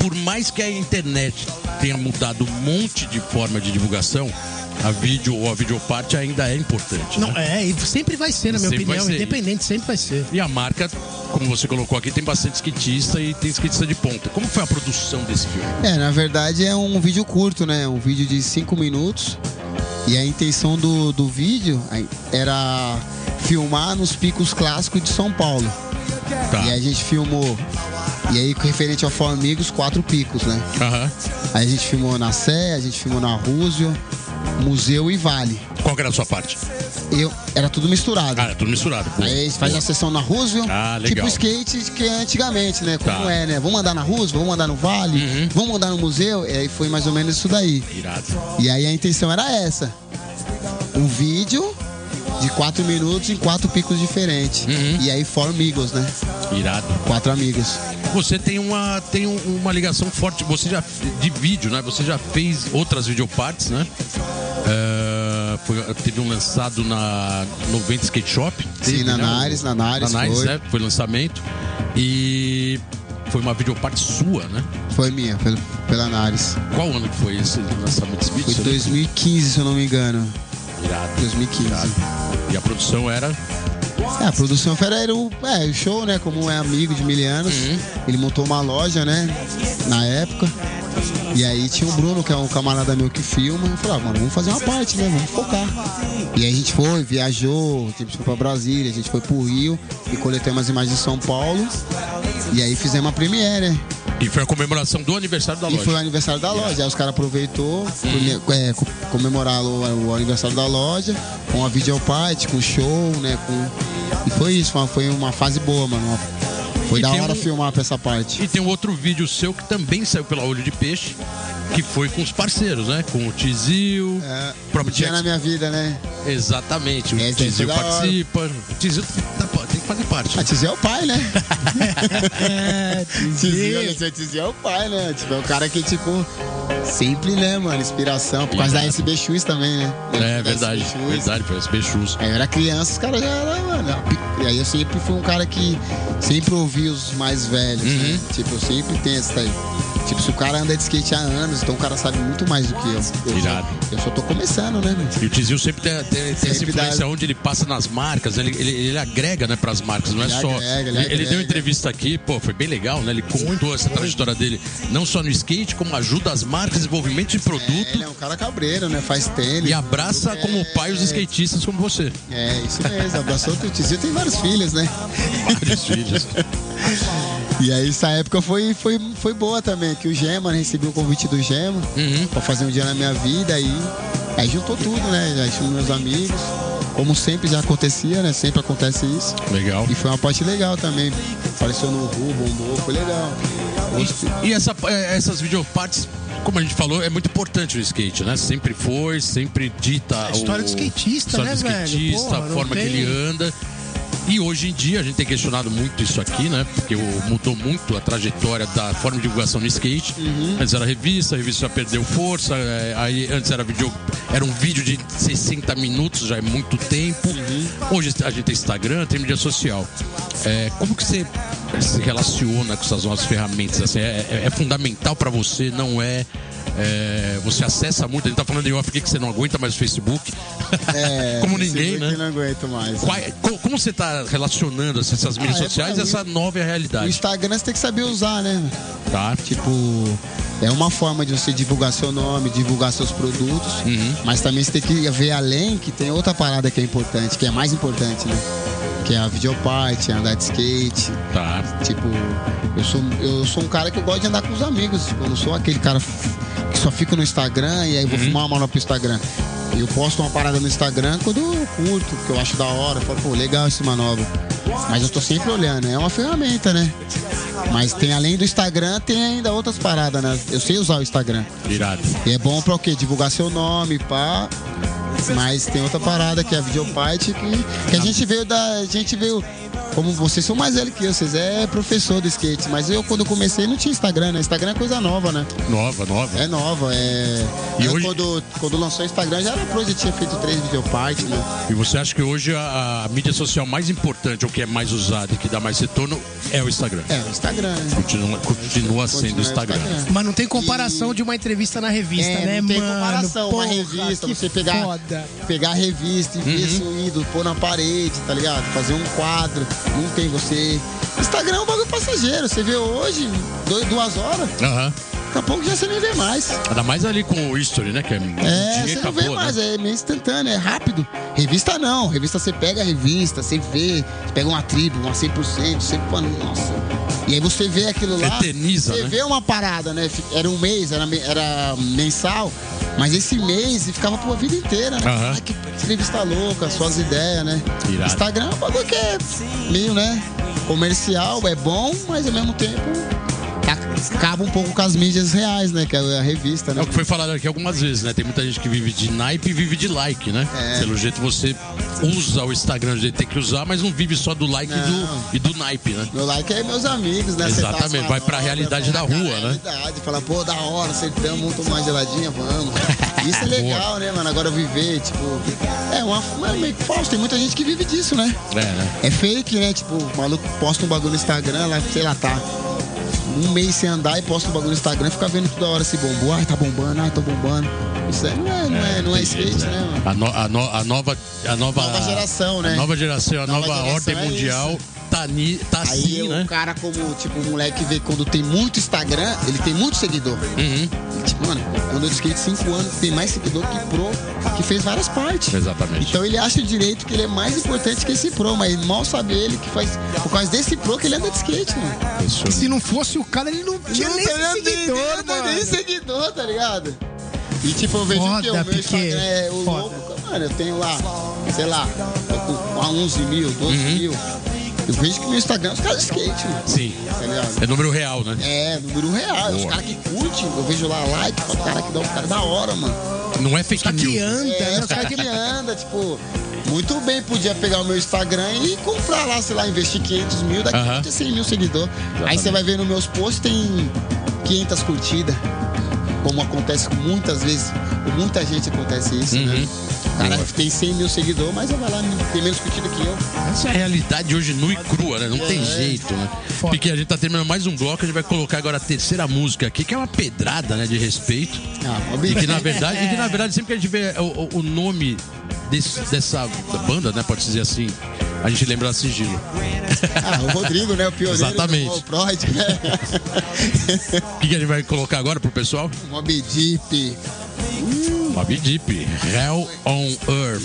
Por mais que a internet tenha mudado um monte de forma de divulgação, a vídeo ou a videoparte ainda é importante. Não, né? é, e sempre vai ser, na minha Sempre vai opinião. ser. Independente, sempre vai ser. E a marca, como você colocou aqui, tem bastante skatista e tem skatista de ponta. Como foi a produção desse filme? É, na verdade é um vídeo curto, né? Um vídeo de 5 minutos. E a intenção do, do vídeo a- era filmar nos picos clássicos de São Paulo. Tá. E aí a gente filmou. E aí, referente ao Formigos, quatro picos, né? Aham. Aí a gente filmou na Sé, a gente filmou na Rússia, Museu e Vale. Qual que era a sua parte? Eu, era tudo misturado. Cara, tudo misturado. Boa. Aí a gente faz a Ah, Boa. sessão na Roosevelt, Ah, tipo legal. skate que é antigamente, né? Como Tá. Uhum. é, né? Vamos andar na Roosevelt, vamos andar no Vale, vamos andar no museu. E aí foi mais ou menos isso daí. Irado. E aí a intenção era essa. Um vídeo de quatro minutos em quatro picos diferentes. E aí four amigos, né? Irado. Quatro amigos. Você tem uma, tem um- uma ligação forte, você já de vídeo, né? Você já fez outras videopartes, né? É, foi- teve um lançado na 90 Skate Shop. teve, Sim, na né? Nares, na Nares Na Nares, foi. né? Foi lançamento. E foi uma videoparte sua, né? Foi minha, pelo, pela Nares. Qual ano que foi esse lançamento desse vídeo? Foi 2015, se eu não me engano. Irado. 2015. E a produção era. É, a produção Fera era o, é, o show, né? Como é amigo de mil anos. Ele montou uma loja, né? Na época. E aí tinha o Bruno, que é um camarada meu que filma. Eu falei, ah, mano, vamos fazer uma parte, né? Vamos focar. E aí a gente foi, viajou, tipo, a gente foi pra Brasília, a gente foi pro Rio e coletamos as imagens de São Paulo. E aí fizemos a premiere, né? E foi a comemoração do aniversário da E loja. foi o aniversário da loja. Aí os caras aproveitou come- é, co- comemorar o, o aniversário da loja com a videoparte, com show, né? Com... E foi isso, foi uma- foi uma fase boa, mano. Foi E da tem hora um- filmar pra essa parte. E tem um outro vídeo seu que também saiu pela Olho de Peixe, que foi com os parceiros, né? Com o Tizil. É, o próprio tinha na Jackson. minha vida, né? Exatamente, o Esse aí foi Tizil da hora. participa. O Tizil tá- pô, tem que fazer parte. A Tizé é o pai, né? É, Tizé, olha só, Tizé é o pai, né? Tipo, é o cara que, tipo, sempre, né, mano? Inspiração. Por causa da SB Shoes também, né? É Da verdade, SB Shoes. verdade, foi as Bechus. Aí eu era criança, os caras já eram, mano. E aí eu sempre fui um cara que sempre ouvi os mais velhos, Uhum. né? Tipo, eu sempre tenho essa daí. Tipo, se o cara anda de skate há anos, então o cara sabe muito mais do que eu. Eu, Irado. só, eu só tô começando, né, mano? E o Tizil sempre tem, tem- tem essa Sempre dá- influência onde ele passa nas marcas, ele, ele, ele agrega, né, pras marcas, não é Ele só. agrega, ele ele, ele deu agrega. entrevista aqui, pô, foi bem legal, né? Ele contou essa trajetória dele, não só no skate, como ajuda as marcas, desenvolvimento de É, produto. ele é um cara cabreiro, né? Faz tênis. E abraça como pai os skatistas como você. É, isso mesmo. Abraçou o teu tizio. Tem vários filhos, né? Vários filhos. E aí essa época foi, foi, foi boa também, que o Gema, né, recebi o convite do Gema Uhum. pra fazer um dia na minha vida aí, aí juntou tudo, né? Já tinha meus amigos. Como sempre já acontecia, né? Sempre acontece isso. Legal. E foi uma parte legal também. Apareceu no Ru, bombou, foi legal. Gostei. E essa, eh, essas videopartes, como a gente falou, é muito importante o skate, né? Sempre foi, sempre dita. É a história do skatista, história né, do velho? skatista, Porra, a não forma tem- que ele anda. E hoje em dia a gente tem questionado muito isso aqui, né? Porque o- mudou muito a trajetória da forma de divulgação no skate. Uhum. Antes era revista, a revista já perdeu força, eh, aí antes era vídeo, era um vídeo de 60 minutos, já é muito tempo. Uhum. Hoje a gente tem Instagram, tem mídia social. Eh, como que você se relaciona com essas novas ferramentas? Assim, é, é- é fundamental para você, não é? eh, você acessa muito, a gente tá falando em off aqui que você não aguenta mais o Facebook. É, Como esse ninguém, grupo né? eu Não aguento mais. Qual- é, co- como você está relacionando assim, essas mídias Ah, é sociais pra e essa nova O realidade? Instagram você tem que saber usar, né? Tá? Tipo, é uma forma de você divulgar seu nome, divulgar seus produtos, mas também você tem que ver além que tem outra parada que é importante, que é mais importante, né? Que é a videoparte, andar de skate. Tá. Tipo, eu sou, eu sou um cara que eu gosto de andar com os amigos. Tipo, eu não sou aquele cara f- que só fica no Instagram e aí vou filmar uma nova pro Instagram. E eu posto uma parada no Instagram quando eu curto, que eu acho da hora. eu Falo, pô, legal esse manobra. Mas eu tô sempre olhando, é uma ferramenta, né? Mas tem além do Instagram, tem ainda outras paradas, né? Eu sei usar o Instagram. Irado. E é bom pra o quê? Divulgar seu nome, pá. Mas tem outra parada que é a Videopart, que, que Ah. a gente veio da. A gente veio. Como vocês são mais velhos que eu, vocês é professor do skate. Mas eu quando comecei não tinha Instagram, né? Instagram é coisa nova, né? Nova, nova. É nova, é. E eu hoje- quando, quando lançou o Instagram já era pro, já tinha feito três videopartes, né? E você acha que hoje a, a mídia social mais importante, ou que é mais usada e que dá mais retorno, é o Instagram? É, o Instagram, né? Continua, continua sendo o Continua Instagram. Mas não tem comparação de uma entrevista na revista, É, né, não tem mano? comparação. Porra, uma revista, que você pegar, Foda. pegar a revista, impressuído, pôr na parede, tá ligado? Fazer um quadro, não tem você. Instagram é um bagulho passageiro, você vê hoje, dois, duas horas, Aham. daqui a pouco já você nem vê mais. Ainda mais ali com o History, né? Que é, É, você não vê mais, né? é meio instantâneo, é rápido. Revista não, revista você pega a revista, você vê, você pega uma tribo, uma 100%, sempre falando, nossa. E aí você vê aquilo lá. Eterniza, você né? vê uma parada, né? Fi- Era um mês, era, me- era mensal, mas esse mês e ficava pra vida inteira, né? Aham. Ah, que entrevista louca, suas ideias, né? Irado. Instagram é um bagulho que é meio, né? Comercial, é bom, mas ao mesmo tempo. ac- Acaba um pouco com as mídias reais, né? Que é a revista, É né? o que foi falado aqui algumas vezes, né? Tem muita gente que vive de naipe e vive de like, né? É. Pelo jeito você usa o Instagram do jeito que tem que usar, mas não vive só do like e Não. do, e do naipe, né? Meu like é meus amigos, né? Exatamente, Você tá vai pra sua realidade vai da pra rua, né? Realidade, fala, pô, da hora, sentamos, vamos tomar uma geladinha, vamos. Isso é legal, né, mano? Agora viver, tipo. É uma é meio que falso, tem muita gente que vive disso, né? É, né? É fake, né? Tipo, o maluco posta um bagulho no Instagram, lá, sei lá, tá. Um mês sem andar e posta um bagulho no Instagram, fica vendo toda hora se bombou, ai, tá bombando, ai, tá bombando. Isso aí não é, não é, não é tem jeito, skate, né, mano? a, no- a no- a nova, a nova. Nova geração, A né? nova geração, a nova, Nova geração ordem é mundial tá, ni, tá Aí assim, o né? cara, como, tipo, o moleque vê quando tem muito Instagram, ele tem muito seguidor. Uhum. E, Tipo, mano, andou de skate 5 anos, tem mais seguidor que pro, que fez várias partes. Exatamente. Então ele acha direito que ele é mais importante que esse pro, mas mal sabe ele que faz. Por causa desse pro que ele anda de skate, mano. Isso. Se não fosse o cara, ele não tinha nem tem esse seguidor, nem, mano. nem seguidor, tá ligado? E tipo, eu vejo Foda, que o meu Piquet. Instagram é o Foda. louco. Mano, eu tenho lá, sei lá, tô com 11 mil, 12 Uhum. mil. Eu vejo que meu Instagram é os caras de skate, mano. Sim. Tá ligado? É número real, né? É, número real. Os Boa. caras que curtem, eu vejo lá like, os caras que dão um cara da hora, mano. Não é fake Tá que news. anda, É, né? os caras que ele anda, tipo. Muito bem, podia pegar o meu Instagram e comprar lá, sei lá, investir 500 mil, daqui a Aham. pouco tem 100 mil seguidores. Aí Exatamente. você vai ver nos meus posts, tem 500 curtidas. Como acontece muitas vezes, com muita gente acontece isso, né? O cara Uhum. Boa. tem 100 mil seguidores, mas vai lá, tem menos curtida que eu. Essa é a realidade hoje nua e crua, né? Não É. tem jeito, né? Porque a gente tá terminando mais um bloco, a gente vai colocar agora a terceira música aqui, que é uma pedrada, né, de respeito. Ah, uma E que bica. na verdade, e que, É. na verdade sempre que a gente vê o- o, o nome desse- dessa banda, né, pode dizer assim, a gente lembra da Sigilo. Ah, o Rodrigo, né? O pioneiro Exatamente. do Paul Freud, né? O que, que a gente vai colocar agora pro pessoal? Mob Deep. Mob Deep, Hell on Earth,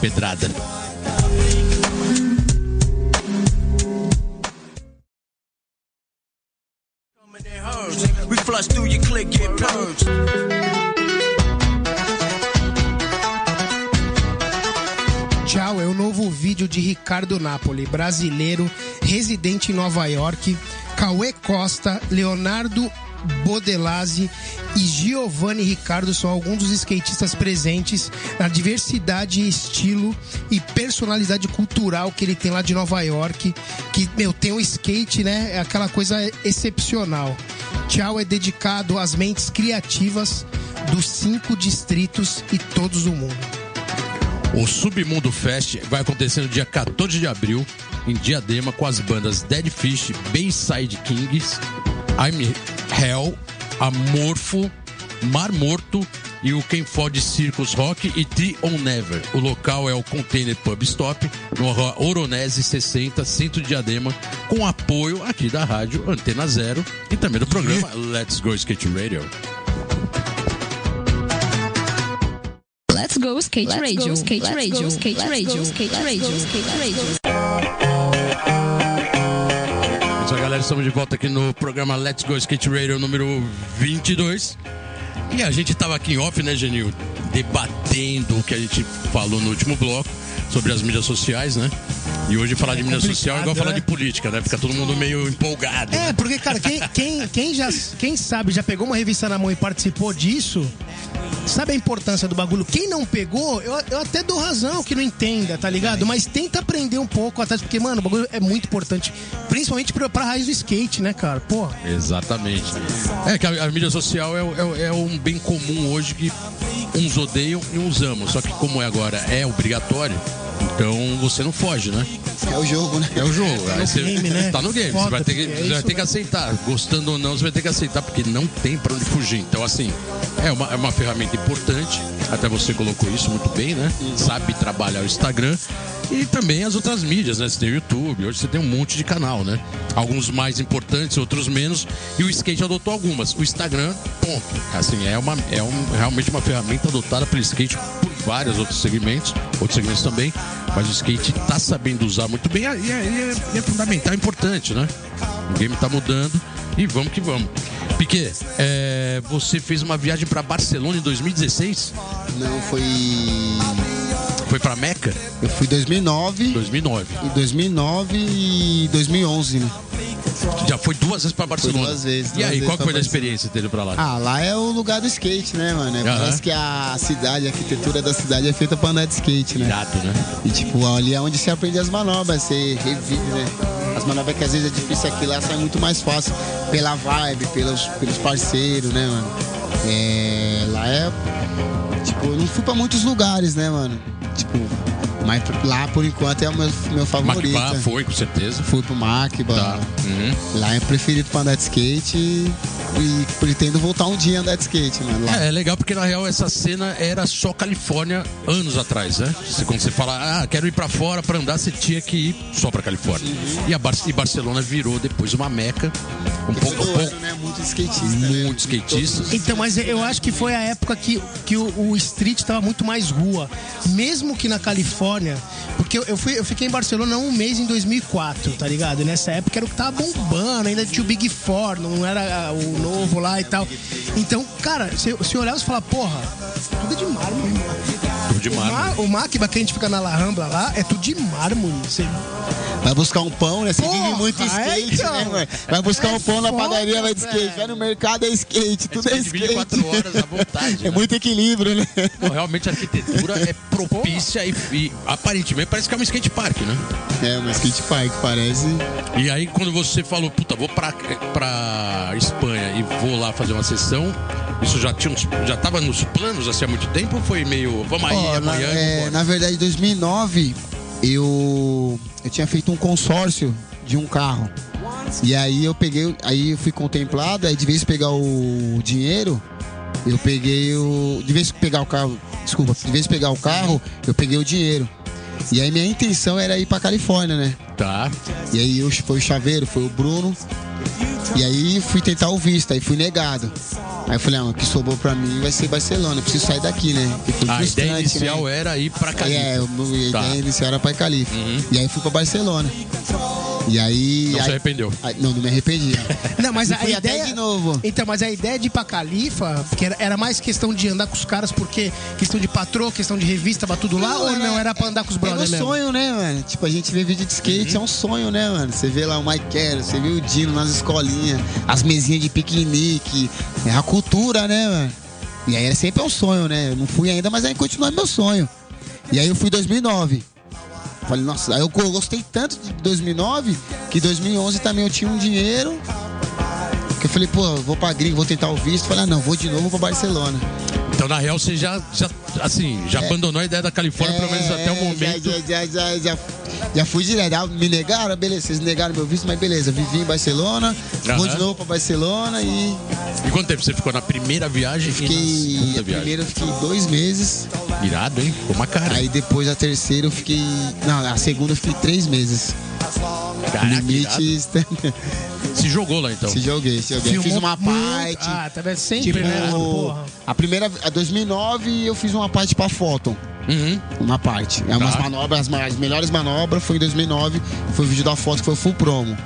pedrada. We flush through your click, get purged. Tchau é o novo vídeo de Ricardo Napoli, brasileiro, residente em Nova York, Cauê Costa, Leonardo Bodelazzi e Giovanni Ricardo são alguns dos skatistas presentes na diversidade, estilo e personalidade cultural que ele tem lá de Nova York, que, meu, tem o skate, né? É aquela coisa excepcional. Tchau é dedicado às mentes criativas dos cinco distritos e todos do mundo. O Submundo Fest vai acontecer no dia 14 de abril, em Diadema, com as bandas Dead Fish, Bayside Kings, I'm Hell, Amorfo, Mar Morto e o Quem Fode Circus Rock e Tree on Never. O local é o Container Pub Stop, no Ro- Oronese 60, Centro de Diadema, com apoio aqui da rádio Antena Zero e também do programa Let's Go Skate Radio. Let's go skate radio. skate radio. skate radio. skate radio. skate radio. É isso aí, galera. Estamos de volta aqui no programa Let's Go Skate Radio número 22. E a gente tava aqui em off, né, Genil? debatendo o que a gente falou no último bloco sobre as mídias sociais, né? E hoje falar de mídia social é igual falar né? de política, né? Fica todo mundo meio empolgado. né? É, porque, cara, quem, quem, quem, já, quem sabe, já pegou uma revista na mão e participou disso, sabe a importância do bagulho. Quem não pegou, eu, eu até dou razão que não entenda, tá ligado? Mas tenta aprender um pouco atrás, porque, mano, o bagulho é muito importante. Principalmente pra, pra raiz do skate, né, cara? Pô, Exatamente. É que a, a mídia social é, o- é o- é um bem comum hoje que uns odeiam e uns amam. Só que como é agora é obrigatório, então você não foge, né? É o jogo, né? É o jogo. Aí você- game, né? Tá no game. Foda, você vai ter que, porque é você vai isso ter que aceitar. Gostando ou não, você vai ter que aceitar, porque não tem pra onde fugir. Então, assim, é uma, é uma ferramenta importante. Até você colocou isso muito bem, né? Sabe trabalhar o Instagram. E também as outras mídias, né? Você tem o YouTube, hoje você tem um monte de canal, né? Alguns mais importantes, outros menos. E o skate adotou algumas. O Instagram, ponto. Assim, é, uma, é um- realmente uma ferramenta adotada pelo skate por vários outros segmentos, outros segmentos também. Mas o skate tá sabendo usar muito bem e é, e é- e é fundamental, é importante, né? O game tá mudando e vamos que vamos. Piquet, é, você fez uma viagem para Barcelona em 2016? Não, foi. Foi para Meca? Eu fui em 2009, 2009. em 2009 e 2011, né? Já foi duas vezes para Barcelona. duas vezes, e duas aí, vezes qual que foi pra a Barcelona. experiência dele para lá? Ah, lá é o lugar do skate, né, mano? É, Aham. Parece que a cidade, a arquitetura da cidade é feita pra andar de skate, né? Irado, né? E tipo, ali é onde você aprende as manobras, você revive, né? As manobras que às vezes é difícil aqui lá sai muito mais fácil pela vibe, pelos, pelos parceiros, né, mano? É, lá é. Tipo, eu não fui pra muitos lugares, né, mano? Tipo, mas lá por enquanto é o meu, meu favorito. Macbá foi, com certeza. Fui pro Macba. Tá. Uhum. Lá é preferido pra andar de skate e, e pretendo voltar um dia a andar de skate, mano. Lá. É, é legal porque na real essa cena era só Califórnia anos atrás, né? Você- quando você fala, ah, quero ir pra fora pra andar, você tinha que ir só pra Califórnia. E, a Bar- e Barcelona virou depois uma meca, um Porque pouco a todo pouco, ano, né? Muito skatista. né? muitos skatistas. Então, mas eu acho que foi a época que, que o, o street tava muito mais rua. Mesmo que na Califórnia. Porque eu, eu fui, eu fiquei em Barcelona um mês em 2004, tá ligado? E nessa época era o que tava bombando, ainda tinha o Big Four, não era ah, o novo lá e tal. Então, cara, se, se olhar, você fala, porra, tudo é de mármore, mano. Tour de O ma- mármore. O Macba que a gente fica na La Rambla lá é tudo de mármore. Você Vai buscar um pão, né? Você Porra, vive muito é, skate, então. né, mano? Vai buscar É um pão na foda, padaria, vai de skate. velho. Vai no mercado, é skate. Tudo é skate skate. 24 horas à vontade, né? É muito equilíbrio, né? Não, realmente a arquitetura é propícia e, e aparentemente parece que é um skate park, né? É, mas skate park parece... E aí quando você falou, puta, vou pra, pra Espanha e vou lá fazer uma sessão, isso já tinha uns, já tava nos planos assim há muito tempo ou foi meio, vamos aí, Ó, na, amanhã eu é, vou embora"? na verdade, em 2009, eu, eu tinha feito um consórcio de um carro. E aí eu peguei, aí eu fui contemplado, aí de vez em pegar o dinheiro, eu peguei o. De vez em pegar o carro, desculpa, de vez em pegar o carro, eu peguei o dinheiro. E aí minha intenção era ir pra Califórnia, né? Tá. E aí eu- foi o chaveiro, foi o Bruno. E aí fui tentar o visto, aí fui negado. Aí eu falei, ah, o que sobrou pra mim vai ser Barcelona, eu preciso sair daqui, né? Porque foi A ideia frustrante, né? inicial era ir pra Cali. É, eu- a Tá. Uhum. ideia inicial era pra Califa. E aí fui pra Barcelona. E aí. Não se aí- arrependeu. aí- não, não me arrependi. né? Não, mas E a fui até ideia de novo. Então, mas a ideia de ir pra Califa, porque era, era mais questão de andar com os caras, porque questão de patrô, questão de revista pra tudo lá, ou não era pra andar com os É um brothers mesmo? Uhum. sonho, né, mano? Tipo, a gente vê vídeo de skate, é um sonho, né, mano? Você vê lá o Mike você vê o Dino nas escolinhas, as mesinhas de piquenique, é a cultura, né, mano? E aí é sempre um sonho, né? Eu não fui ainda, mas aí continua meu sonho. E aí eu fui em 2009. Falei, nossa, aí eu go- gostei tanto de 2009 que 2011 também eu tinha um dinheiro. Que eu falei, pô, eu vou pra gringa, vou tentar o visto. Falei, ah, não, vou de novo pra Barcelona. Então, na real, você já, já assim, já abandonou a ideia da Califórnia, pelo menos até o É, momento. Já, já, já, já, já fui direto. Ah, Me negaram, beleza. Vocês negaram meu visto, mas beleza. Vivi em Barcelona, vou Aham. de novo pra Barcelona e E quanto tempo você ficou na primeira viagem e na fiquei. segunda A viagem? primeira eu fiquei dois meses. Irado, hein? Ficou uma cara. Aí depois a terceira eu fiquei. Não, a segunda eu fiquei três meses. Caraca, irado. Limites. Se jogou lá, então. se joguei, se joguei. Filmou Fiz uma muito- parte. Ah, tá vendo? Sempre, Tipo, né? Porra. a primeira, a 2009 eu fiz uma parte pra foto. Uhum. Uma parte. É umas Tá. manobras, as melhores manobras foi em 2009. Foi o vídeo da foto que foi o full promo.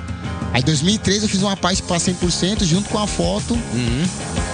Aí em 2003 eu fiz uma parte para 100% junto com a foto, Uhum.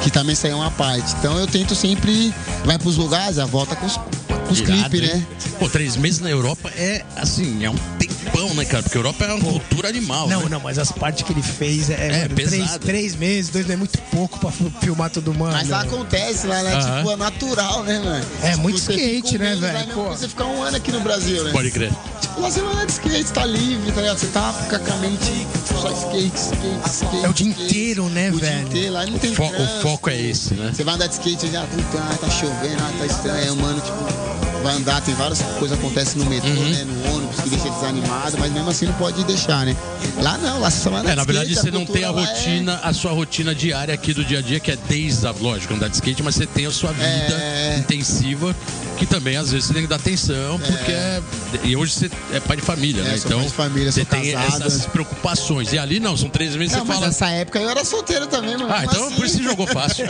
que também saiu uma parte. Então eu tento sempre, vai pros lugares, a volta com os, com os Irado, clipes, hein? né? Pô, três meses na Europa é, assim, é um tempão, né, cara? Porque a Europa é uma cultura animal, Não, né? não, mas as partes que ele fez é, mano, três, pesado. três meses, dois é muito pouco pra fi- filmar todo mundo. Mas lá acontece, lá, né? Aham. Tipo, é natural, né, mano? É, Tipo, muito você skate, fica um né, mês lá, velho? mesmo Pô. que Você ficar um ano aqui no Brasil, né? Pode crer. Tipo, lá você vai lá de skate, tá livre, tá ligado? Você tá fica com a mente só skate, skate, skate. É o dia skate. inteiro, né, o velho? Dia inteiro, lá não O, tem fo- trânsito. o foco é esse, né? Você vai andar de skate já, puta, ah, tá chovendo, ah, tá estranho, aí o mano, tipo, vai andar, tem várias coisas que acontecem no metrô, Uhum. né? No ônibus, que deixa desanimado, mas mesmo assim não pode deixar, né? Lá não, lá você só vai andar É, na de verdade skate, você não cultura tem a lá é- rotina, a sua rotina diária aqui do dia a dia, que é desde a lógica andar de skate, mas você tem a sua vida É. intensiva, que também às vezes você tem que dar atenção, porque é. E hoje você é pai de família, É, né? sou Então pai de família, você sou tem casado. essas preocupações. E ali não, são três meses Não, você mas assim, fala. nessa época eu era solteiro também, mano. Ah, Como então assim? por isso você jogou fácil.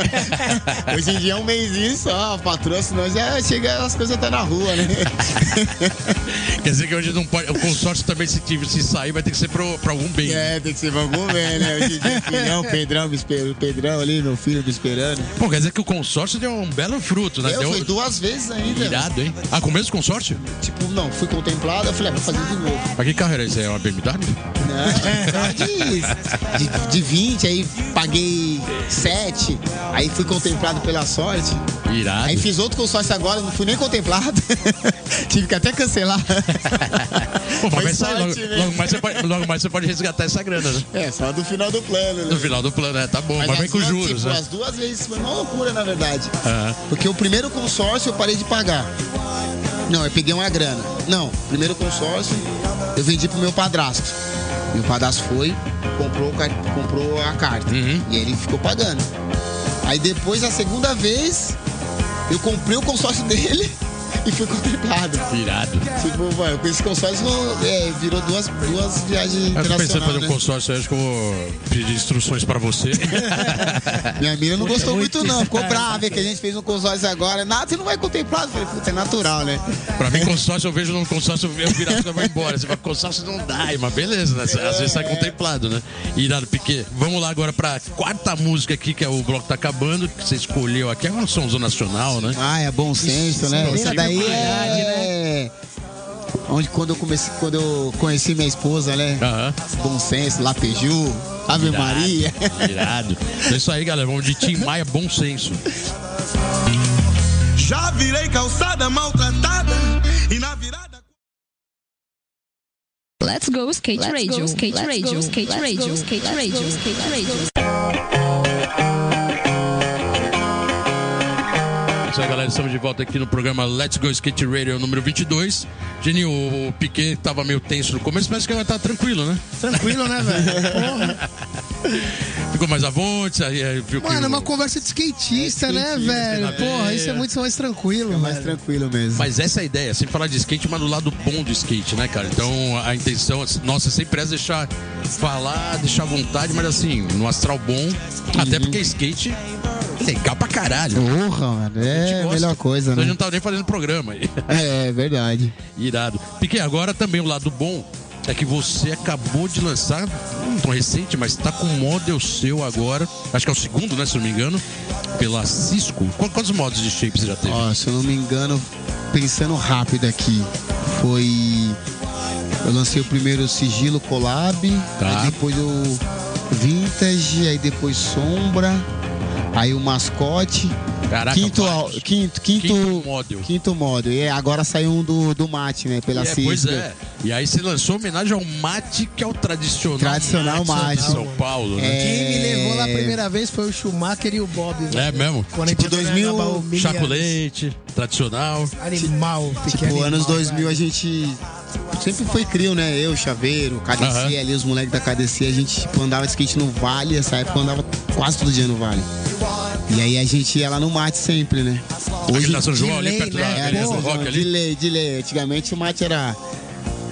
Hoje em dia é um mêsinho só, a patroa, senão já chega as coisas até na rua, né? Quer dizer que hoje não pode. O consórcio também, se, tiver- se sair, vai ter que ser pro- pra algum bem. é, tem que ser algum velho, né? Hoje em dia, filhão, Pedrão, me esperando, Pedrão ali, meu filho me esperando. Pô, quer dizer que o consórcio deu um belo fruto, né? Eu deu... fui duas vezes ainda. Irado, hein? Ah, com o mesmo consórcio? Tipo, não, fui contemplado, eu falei, ah, vou fazer de novo. Pra que carro era isso? É uma BMW? Não, de, de, de 20, aí paguei 7, aí fui contemplado pela sorte. Irado. Aí fiz outro consórcio agora, não fui nem contemplado. Tive que até cancelar. Pô, mas Foi vai sair sorte, logo, né? logo mais você pode, logo mais você pode resgatar essa grana, né? É, só do final do plano, No né? final do plano, é, tá bom. Mas, vem as com duas, juros, tipo, né? É. As duas vezes foi uma loucura, na verdade. Aham. Porque o primeiro consórcio eu parei de pagar. Não, eu peguei uma grana. Não, primeiro consórcio eu vendi pro meu padrasto. Meu padrasto foi, comprou, o car- comprou a carta. Uhum. E ele ficou pagando. Aí depois, a segunda vez, eu comprei o consórcio dele e fui contemplado. Irado. Tipo, mano, com esse consórcio é, virou duas, duas viagens Eu tô pensando em fazer internacionais. um Né? consórcio, eu acho que eu vou pedir instruções pra você. Minha mina não gostou muito muito, não. Ficou brava que a gente fez um consórcio agora. Nada, você não vai contemplado. Eu falei, putz, é natural, né? pra mim, consórcio, eu vejo no consórcio, eu viro a eu vou embora. Você vai consórcio não dá, mas beleza, né? Às vezes sai contemplado, né? Irado, Piquet. Vamos lá agora pra quarta música aqui, que é o bloco tá acabando, que você escolheu aqui. É uma somzão nacional, né? Ah, é bom senso, né? isso Essa é verdade, daí é. Onde quando eu comecei, quando eu conheci minha esposa, né? Aham. Bom senso, Lapeju, Ave Maria. Irado. Então É isso aí, galera. Vamos de Tim Maia, bom senso. Já virei calçada maltratada e na virada. Let's go skate radio, skate radio, skate radio, skate radio, skate radio. É isso aí, galera. Estamos de volta aqui no programa Let's Go Skate Radio número 22. Geninho, o o Piquet tava meio tenso no começo, mas que agora tá tranquilo, né? Tranquilo, né, velho? Ficou mais avante, aí aí viu que... Mano, é o- uma conversa de skatista, né, skatista, velho? nada a Porra, ver. isso é muito mais tranquilo, Mais velho. tranquilo mesmo. Mas essa é a ideia, sempre falar de skate, mas do lado bom do skate, né, cara? Então, a- a intenção, nossa, sempre é deixar falar, deixar à vontade, mas assim, no astral bom, até Uhum. porque skate é legal pra caralho. Porra, mano. É a Gosta. melhor Então coisa, a gente né? não tava nem fazendo programa aí. É, é verdade. Irado. Piquet, agora também o lado bom é que você acabou de lançar, não tão recente, mas tá com um model seu agora. Acho que é o segundo, né, se não me engano, pela Cisco. Qu- Quantos modos de shape você já teve? Ó, se eu não me engano, pensando rápido aqui, foi. Eu lancei o primeiro Sigilo Collab, Tá. aí depois o Vintage, aí depois Sombra, aí o Mascote. Caraca, quinto, vários. al- quinto, quinto, Quinto model. Quinto model. E agora saiu um do, do Mate, né? Pela É, Cisco. pois é. E aí você lançou homenagem ao mate, que é o tradicional, Tradicional mate. de São Paulo, né? É. Quem me levou lá a primeira vez foi o Schumacher e o Bob. É velho. mesmo? Quando Tipo, a gente 2000, andava o Milha- Chaco Leite, tradicional. Animal. Tipo, fiquei animal, anos 2000 velho. a gente sempre foi crio, né? Eu, Chaveiro, KDC, Aham. ali os moleques da KDC, a gente tipo, andava de skate no vale, essa época eu andava quase todo dia no vale. E aí a gente ia lá no mate sempre, né? Aquele da São João, ali delay, perto da né? Galeria São Roque ali. um de lei, de lei. Antigamente o mate era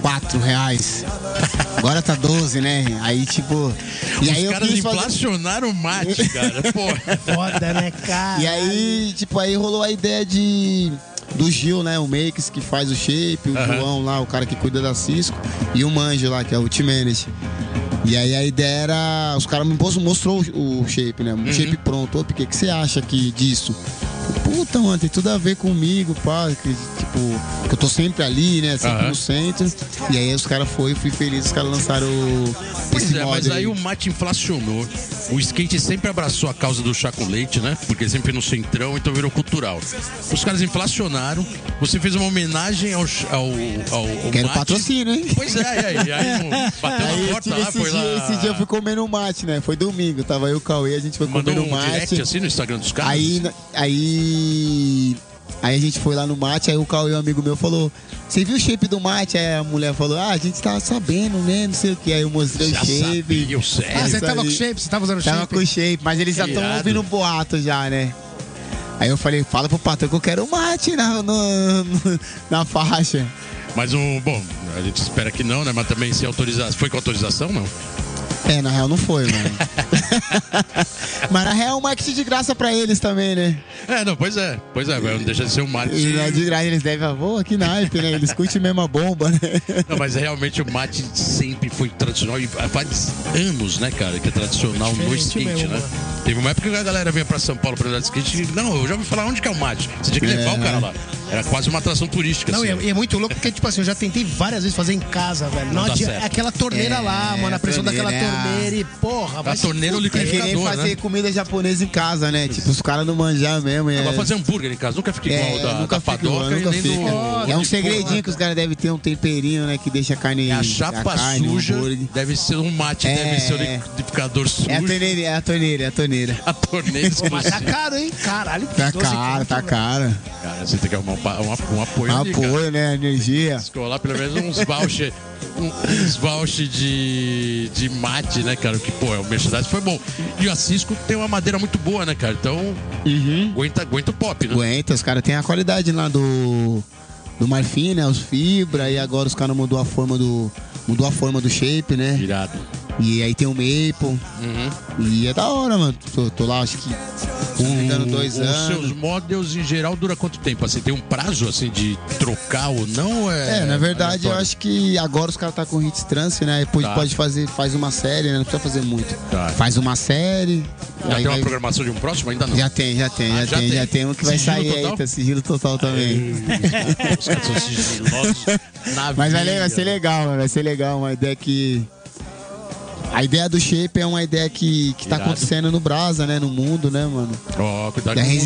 4 reais. Agora tá 12, né? Aí, tipo. E aí Os eu caras quis fazer- inflacionaram o mate, cara. Pô. Foda, né, cara? E aí, tipo, aí rolou a ideia de do Gil, né? O Makes que faz o shape, o Aham. João lá, o cara que cuida da Cisco, e o Manjo lá, que é o team manager. E aí a ideia era. Os caras me pos- mostrou o o shape, né? O Uhum. shape pronto. Ô, Piquet, o que você acha aqui disso? Eu, Puta, mano, tem tudo a ver comigo, pá. que, tipo, que eu tô sempre ali, né? Sempre Aham. no centro. E aí os caras foram, fui feliz, os caras lançaram o- Pois esse é, mas model aí o mate inflacionou. O skate sempre abraçou a causa do chá com leite, né? Porque sempre no centrão, então virou cultural. Os caras inflacionaram. Você fez uma homenagem ao. ch- ao, ao, ao Quero mate. patrocínio, hein? Pois é, e aí, aí bateu Aí, na esse, porta lá, esse foi dia, lá. esse dia eu fui comendo um mate, né? Foi domingo, tava eu e o Cauê, a gente foi Mandou comendo um mate. direct assim no Instagram dos caras. Aí, aí, aí a gente foi lá no mate, aí o Cauê, um amigo meu, falou: Você viu o shape do mate? Aí a mulher falou: Ah, a gente tava sabendo, né? Não sei o que. Aí eu mostrei já o shape. sabia, o sério. Ah, É você isso tava aí. com shape? Você tava usando Tava shape? com o shape, mas eles já Que estão irado. ouvindo um boato já, né? Aí eu falei, fala pro patrão que eu quero mate na, no- no- na faixa. Mas um, bom, a gente espera que não, né? Mas também se autorizar. Foi com autorização, não? É, na real não foi, mano. mas na real é um marketing de graça pra eles também, né? É, não, pois é. Pois é, mas não deixa de ser um E mate. na de graça eles devem, ah, vou aqui naipe, né? Eles curtem mesmo a bomba, né? Não, mas realmente o mate sempre foi tradicional e há vários anos, né, cara, que é tradicional no skate, mesmo, né? Teve uma época que a galera vinha pra São Paulo pra andar de skate e, não, eu já ouvi falar onde que é o mate. Você tinha que levar É. o cara lá. Era quase uma atração turística, Não, e assim. é, e é muito louco porque, tipo assim, eu já tentei várias vezes fazer em casa, velho. Não, Não dá adi- certo. é aquela torneira É, lá, mano, a pressão torneira, daquela é a- torneira e porra, vai A se torneira ou É que nem liquidificador, fazer né? comida japonesa em casa, né? Tipo, os caras não manjar mesmo. É, Agora fazer hambúrguer em casa nunca fica é, igual da, nunca da fica igual, padoca e nunca nem do... fica. É um segredinho que os caras devem ter um temperinho, né? Que deixa a carne. né? É A chapa carne, o suja hambúrguer. deve ser um mate, É, deve ser um é. liquidificador sujo. É a torneira, é a torneira, é a torneira. A torneira Mas tá exclusiva. caro, hein? Caralho, né? Tá 12 cara, conto, tá velho. cara. Cara, você tem que arrumar um, pa- um, um apoio ali, cara. Apoio, né? Energia. Escolar pelo menos uns voucher. um- uns voucher de, de mate, né, cara? Que, pô, é o merchandising foi bom. E a Cisco tem uma madeira muito boa, né, cara? Então, Uhum. aguenta, aguenta o pop, né? Aguenta, os caras têm a qualidade lá do. Do marfim, né? Os fibra, e agora os caras mudou a forma do. Mudou a forma do shape, né? Irado. E aí tem o Maple. Uhum. E é da hora, mano. Tô, tô lá, acho que. um, Se não me engano, dois os anos. seus models em geral dura quanto tempo? Assim, tem um prazo assim de trocar ou não? É, É, na verdade, eu aleatório? acho que agora os caras tá com hits trance, né? Depois Tá. pode fazer, faz uma série, né? Não precisa fazer muito. Tá. Faz uma série. Já aí tem uma vai- programação de um próximo? Ainda não. Já tem, já tem, Ah, já, já tem, tem. já tem um que vai Sigilo sair total? aí, tá? Sigilo total também. Os caras são sigilosos. na Mas vai, veia. vai ser legal, mano, vai ser legal, uma ideia que. A ideia do shape é uma ideia que, que tá Irado. acontecendo no Brasa, né? No mundo, né, mano? Ó, cuidado Da que o mundo tá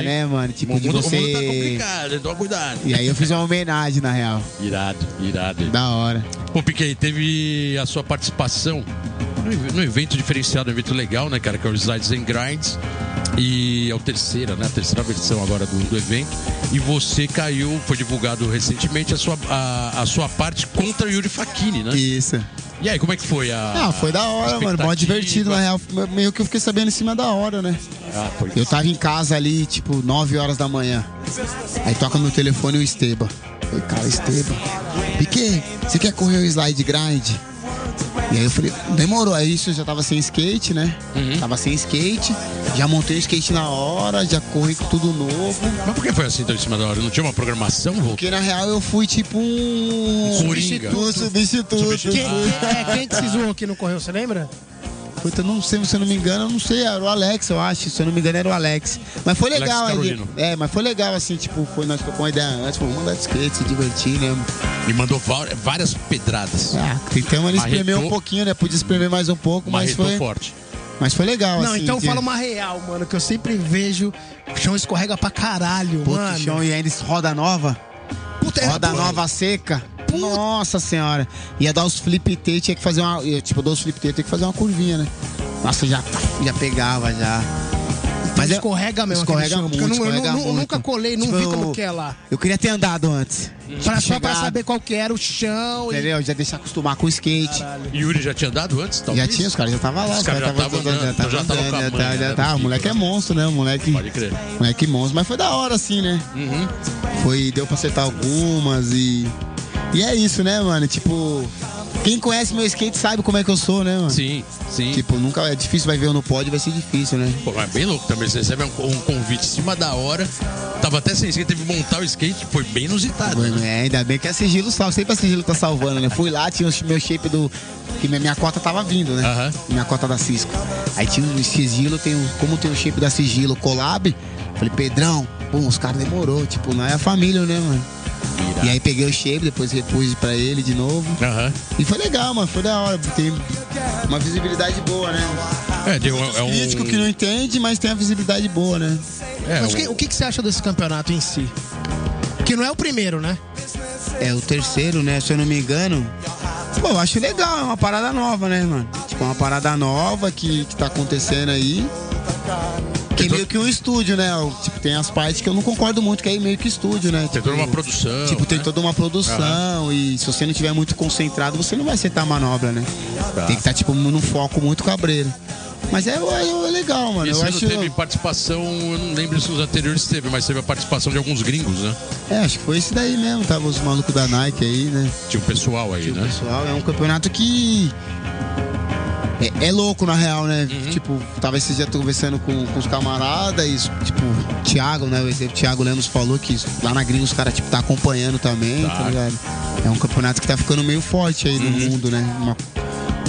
difícil, hein? né, mano? Tipo, o de mundo, o mundo tá você. complicado, então cuidado. E aí eu fiz uma homenagem, na real. Irado, irado. Da hora. Pô, Piquet, teve a sua participação no, ev- no evento diferenciado, um evento legal, né, cara? Que é o Slides and Grinds. E é o terceira, né? A terceira versão agora do, do evento. E você caiu, foi divulgado recentemente a sua, a, a sua parte contra Yuri Fachini, né? Isso. E aí, como é que foi a. Ah, foi da hora, mano. Mó expectativa? divertido, na real. Meio que eu fiquei sabendo em cima da hora, né? Ah, foi. Eu tava em casa ali, tipo, 9 horas da manhã. Aí toca meu telefone o Esteba. Falei, cara, Esteba. Piquet, você quer correr o slide grind? E aí eu falei, demorou. Aí isso eu já tava sem skate, né? Uhum. Tava sem skate. Já montei o skate na hora, já corri com tudo novo. Mas por que foi assim, então, em cima da hora? Não tinha uma programação, vô? Porque na real eu fui tipo um. Coringa. Substituto, substituto. Quem, Substituto. quem- é, quem que se zoou que não correu, você lembra? Puta, eu não sei, se eu não me engano, eu não sei, era o Alex, eu acho. Se eu não me engano, era o Alex. Mas foi Alex legal, Carolino. ele- É, mas foi legal, assim, tipo, foi, nós tocamos uma ideia antes, vamos mandar de skate, se divertir, né? E mandou va- várias pedradas. Tá. Ah, tentamos ele espremer Marretou. um pouquinho, né? Podia espremer mais um pouco, mas Marretou foi, forte. mas foi legal, Não, assim. então de- fala uma real, mano, que eu sempre vejo. O chão escorrega pra caralho, Pô, que mano. chão, e aí eles roda nova, Puta, era- roda nova seca. Nossa senhora. Ia dar os flip T, tinha que fazer uma. eu, Tipo, eu dou os flip T, tinha que fazer uma curvinha, né? Nossa, já, já pegava, já. Mas eu- escorrega mesmo. escorrega aquele chão, porque muito, eu, não- eu escorrega não- eu muito. nunca colei, não Tipo, vi como que é lá. Eu queria ter andado antes. Pra, só chegar- pra saber qual que era o chão e Entendeu? Já deixar acostumar com o skate. Yuri já tinha dado antes, talvez? já tinha, os caras já tava lá. Os caras já tava- tavam andando, já tava já tavam andando, com a já manha, tava- né, já do tava. O skate, moleque é monstro, né? O moleque, Pode crer. moleque monstro. Mas foi da hora, assim, né? Uhum. Foi, deu pra acertar algumas e. E é isso, né, mano? Tipo, Quem conhece meu skate sabe como é que eu sou, né, mano? Sim, sim. Tipo, nunca é difícil, vai ver eu no pódio, vai ser difícil, né? Pô, mas é bem louco também. Você recebe um, um convite em cima da hora. Tava até sem skate, teve que montar o skate, foi bem inusitado. né? Mano, é, ainda bem que a Sigilo salva, sempre a Sigilo tá salvando, né? Fui lá, tinha o meu shape do. Que minha, minha cota tava vindo, né? Aham. Minha cota da Cisco. Aí tinha o Sigilo, tem o, como tem o shape da Sigilo Collab, falei, Pedrão, pum, os caras demorou, tipo, não é a família, né, mano? Irado. E aí peguei o shape, depois repus pra ele de novo. Aham. E foi legal, mano, foi da hora, tem uma visibilidade boa, né? É, deu, é um. Crítico que não entende, mas tem a visibilidade boa, né? É, Mas o um- que, o que que você acha desse campeonato em si? Que não é o primeiro, né? É o terceiro, né? Se eu não me engano. Pô, eu acho legal, é uma parada nova, né, mano? Tipo, é uma parada nova que, que tá acontecendo aí. Que é meio que um estúdio, né? O- Tipo, tem as partes que eu não concordo muito, que é meio que estúdio, né? Tem Tipo, toda uma produção. Tipo, tem né? toda uma produção e se você não tiver muito concentrado, você não vai acertar a manobra, né? Tá. Tem que estar, tipo, num foco muito cabreiro. Mas é, é- é legal, mano. E esse eu ano acho. teve participação, eu não lembro se os anteriores teve, mas teve a participação de alguns gringos, né? É, acho que foi esse daí mesmo. Tava os malucos da Nike aí, né? Tinha um pessoal aí, né? pessoal. É um campeonato que. É, é louco, na real, né? Tipo, tava esse dia conversando com, com os camaradas e, tipo, o Thiago, né? O exemplo, Thiago Lemos falou que lá na gringa os caras, tipo, tá acompanhando também, tá. Tá. ligado? É um campeonato que tá ficando meio forte aí no mundo, né? Uma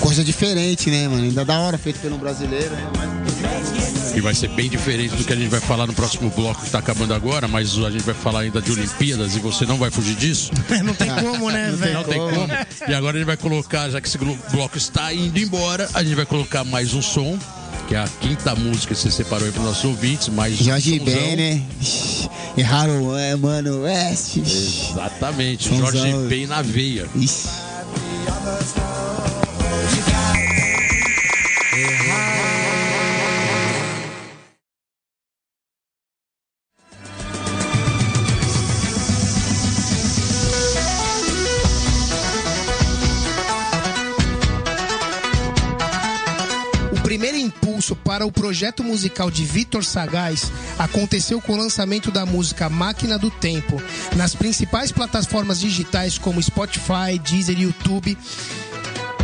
coisa diferente, né, mano? Ainda da hora, feito pelo brasileiro, né? Mas- E vai ser bem diferente do que a gente vai falar no próximo bloco que tá acabando agora, mas a gente vai falar ainda de Olimpíadas e você não vai fugir disso. Não tem como, né, Não velho? tem como. E agora a gente vai colocar, já que esse glo- bloco está indo embora, a gente vai colocar mais um som, que é a quinta música que você separou aí para nossos ouvintes, mais um Jorge somzão. Ben, né? Erraram, é, mano, West. Exatamente, Somzão. Jorge Ben na veia. Ixi. O primeiro impulso para o projeto musical de Vitor Sagaz aconteceu com o lançamento da música Máquina do Tempo nas principais plataformas digitais como Spotify, Deezer e YouTube.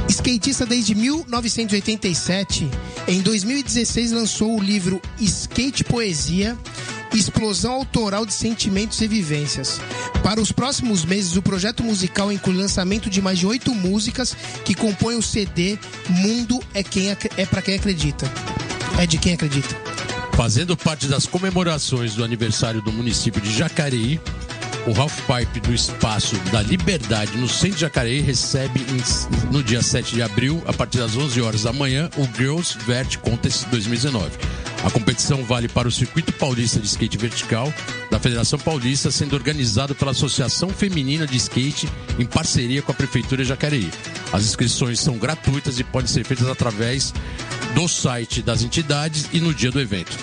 Skatista desde 1987, em 2016 lançou o livro Skate Poesia, explosão autoral de sentimentos e vivências. Para os próximos meses, o projeto musical inclui lançamento de mais de oito músicas que compõem o CD Mundo é quem Ac- é para quem acredita. É de quem acredita. Fazendo parte das comemorações do aniversário do município de Jacareí, o Ralph Pipe do Espaço da Liberdade no centro de Jacareí recebe em- no dia 7 de abril, a partir das 11 horas da manhã, o Girls Vert Contest 2019. A competição vale para o Circuito Paulista de Skate Vertical da Federação Paulista, sendo organizado pela Associação Feminina de Skate em parceria com a Prefeitura de Jacareí. As inscrições são gratuitas e podem ser feitas através do site das entidades e no dia do evento.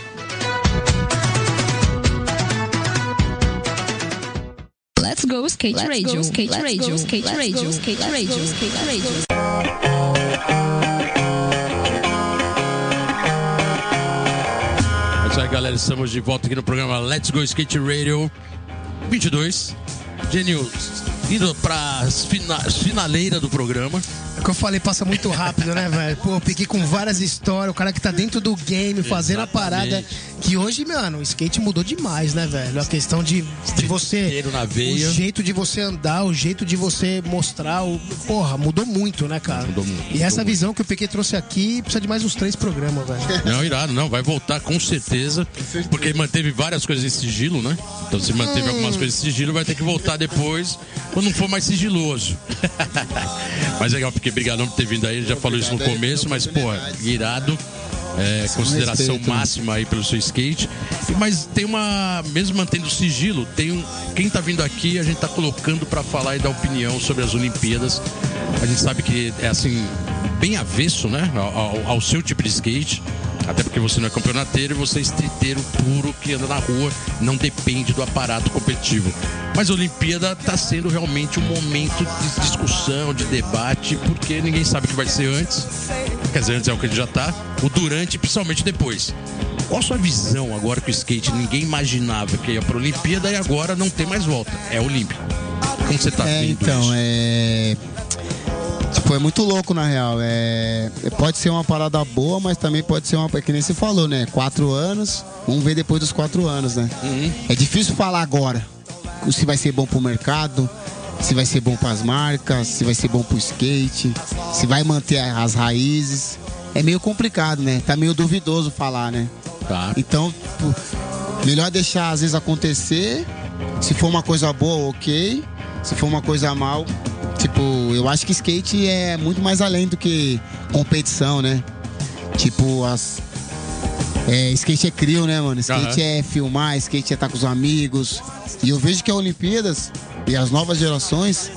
Let's go skate radio. Skate radio. Skate radio. Skate radio. Skate radio. É isso aí, galera. Estamos de volta aqui no programa Let's Go Skate Radio 22. Genil, indo para as fina finaleiras do programa. É o que eu falei, passa muito rápido, né, velho? Pô, eu piquei com várias histórias, o cara que tá dentro do game, fazendo Exatamente. a parada. Que hoje, mano, o skate mudou demais, né, velho? A questão de, de você. Dinheiro na veia. O jeito de você andar, o jeito de você mostrar. O... Porra, mudou muito, né, cara? Mudou muito, E mudou essa muito. visão que o Piquet trouxe aqui precisa de mais uns três programas, velho. Não, irado, não. Vai voltar com certeza. Porque manteve várias coisas em sigilo, né? Então, se Hum. manteve algumas coisas em sigilo, vai ter que voltar depois, quando não for mais sigiloso. mas é legal, porque obrigado por ter vindo aí. Ele já falou isso no Obrigado aí começo, pela mas, porra, oportunidade. irado. É, consideração respeito, né? máxima aí pelo seu skate. E- Mas tem uma. Mesmo mantendo o sigilo, tem um. Quem tá vindo aqui, a gente tá colocando pra falar e dar opinião sobre as Olimpíadas. A gente sabe que é assim, bem avesso, né? Ao, ao- ao seu tipo de skate. Até porque você não é campeonateiro e você é streeteiro puro que anda na rua, não depende do aparato competitivo. Mas a Olimpíada está sendo realmente um momento de discussão, de debate, porque ninguém sabe o que vai ser antes. Quer dizer, antes é o que ele já tá, o durante, e principalmente depois. Qual a sua visão agora que o skate ninguém imaginava que ia pra Olimpíada e agora não tem mais volta? É Olímpico. Como você tá É, vendo então, isso? é. Tipo, Pô, é muito louco, na real. É... Pode ser uma parada boa, mas também pode ser uma. Que nem você falou, né? Quatro anos, vamos ver depois dos quatro anos, né? É difícil falar agora se vai ser bom pro mercado, se vai ser bom pras marcas, se vai ser bom pro skate, se vai manter as raízes. É meio complicado, né? Tá meio duvidoso falar, né? Tá. Então, pô, melhor deixar às vezes acontecer. Se for uma coisa boa, ok. Se for uma coisa mal, tipo, eu acho que skate é muito mais além do que competição, né? Tipo, as. É, skate é crio, né, mano? Skate é filmar, skate é estar com os amigos. E eu vejo que a Olimpíadas e as novas gerações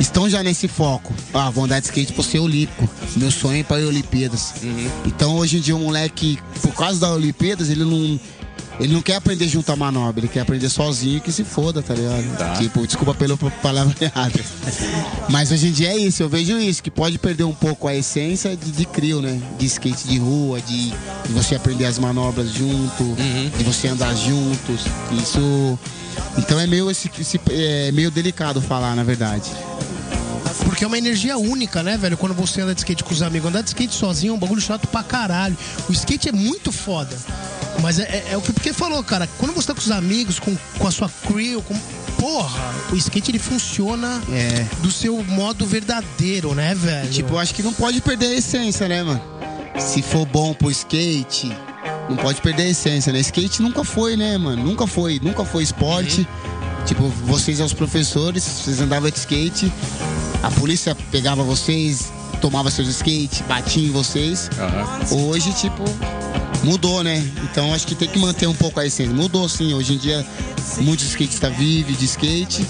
estão já nesse foco. Ah, vão andar de skate por ser olímpico. Meu sonho é ir para Olimpíadas. Então hoje em dia o moleque, por causa da Olimpíadas, ele não. Ele não quer aprender junto à manobra, ele quer aprender sozinho que se foda, tá ligado? Tipo, desculpa pela p- palavra errada. Mas hoje em dia é isso, eu vejo isso, que pode perder um pouco a essência de, de crio, né? De skate de rua, de, de você aprender as manobras junto, de você andar juntos. Isso. Então é meio, esse, esse- é meio delicado falar, na verdade. Porque é uma energia única, né, velho? Quando você anda de skate com os amigos. Andar de skate sozinho é um bagulho chato pra caralho. O skate é muito foda. Mas é, é- é o que o Piquet falou, cara. Quando você tá com os amigos, com, com a sua crew, com. Porra, o skate ele funciona É. do seu modo verdadeiro, né, velho? Tipo, eu acho que não pode perder a essência, né, mano? Se for bom pro skate, não pode perder a essência, né? Skate nunca foi, né, mano? Nunca foi, nunca foi esporte. Tipo, vocês aos professores, vocês andavam de skate, a polícia pegava vocês, tomava seus skate, batia em vocês. Hoje, tipo, mudou, né? Então acho que tem que manter um pouco a essência. Mudou sim, hoje em dia muitos skatistas vivem tá de skate,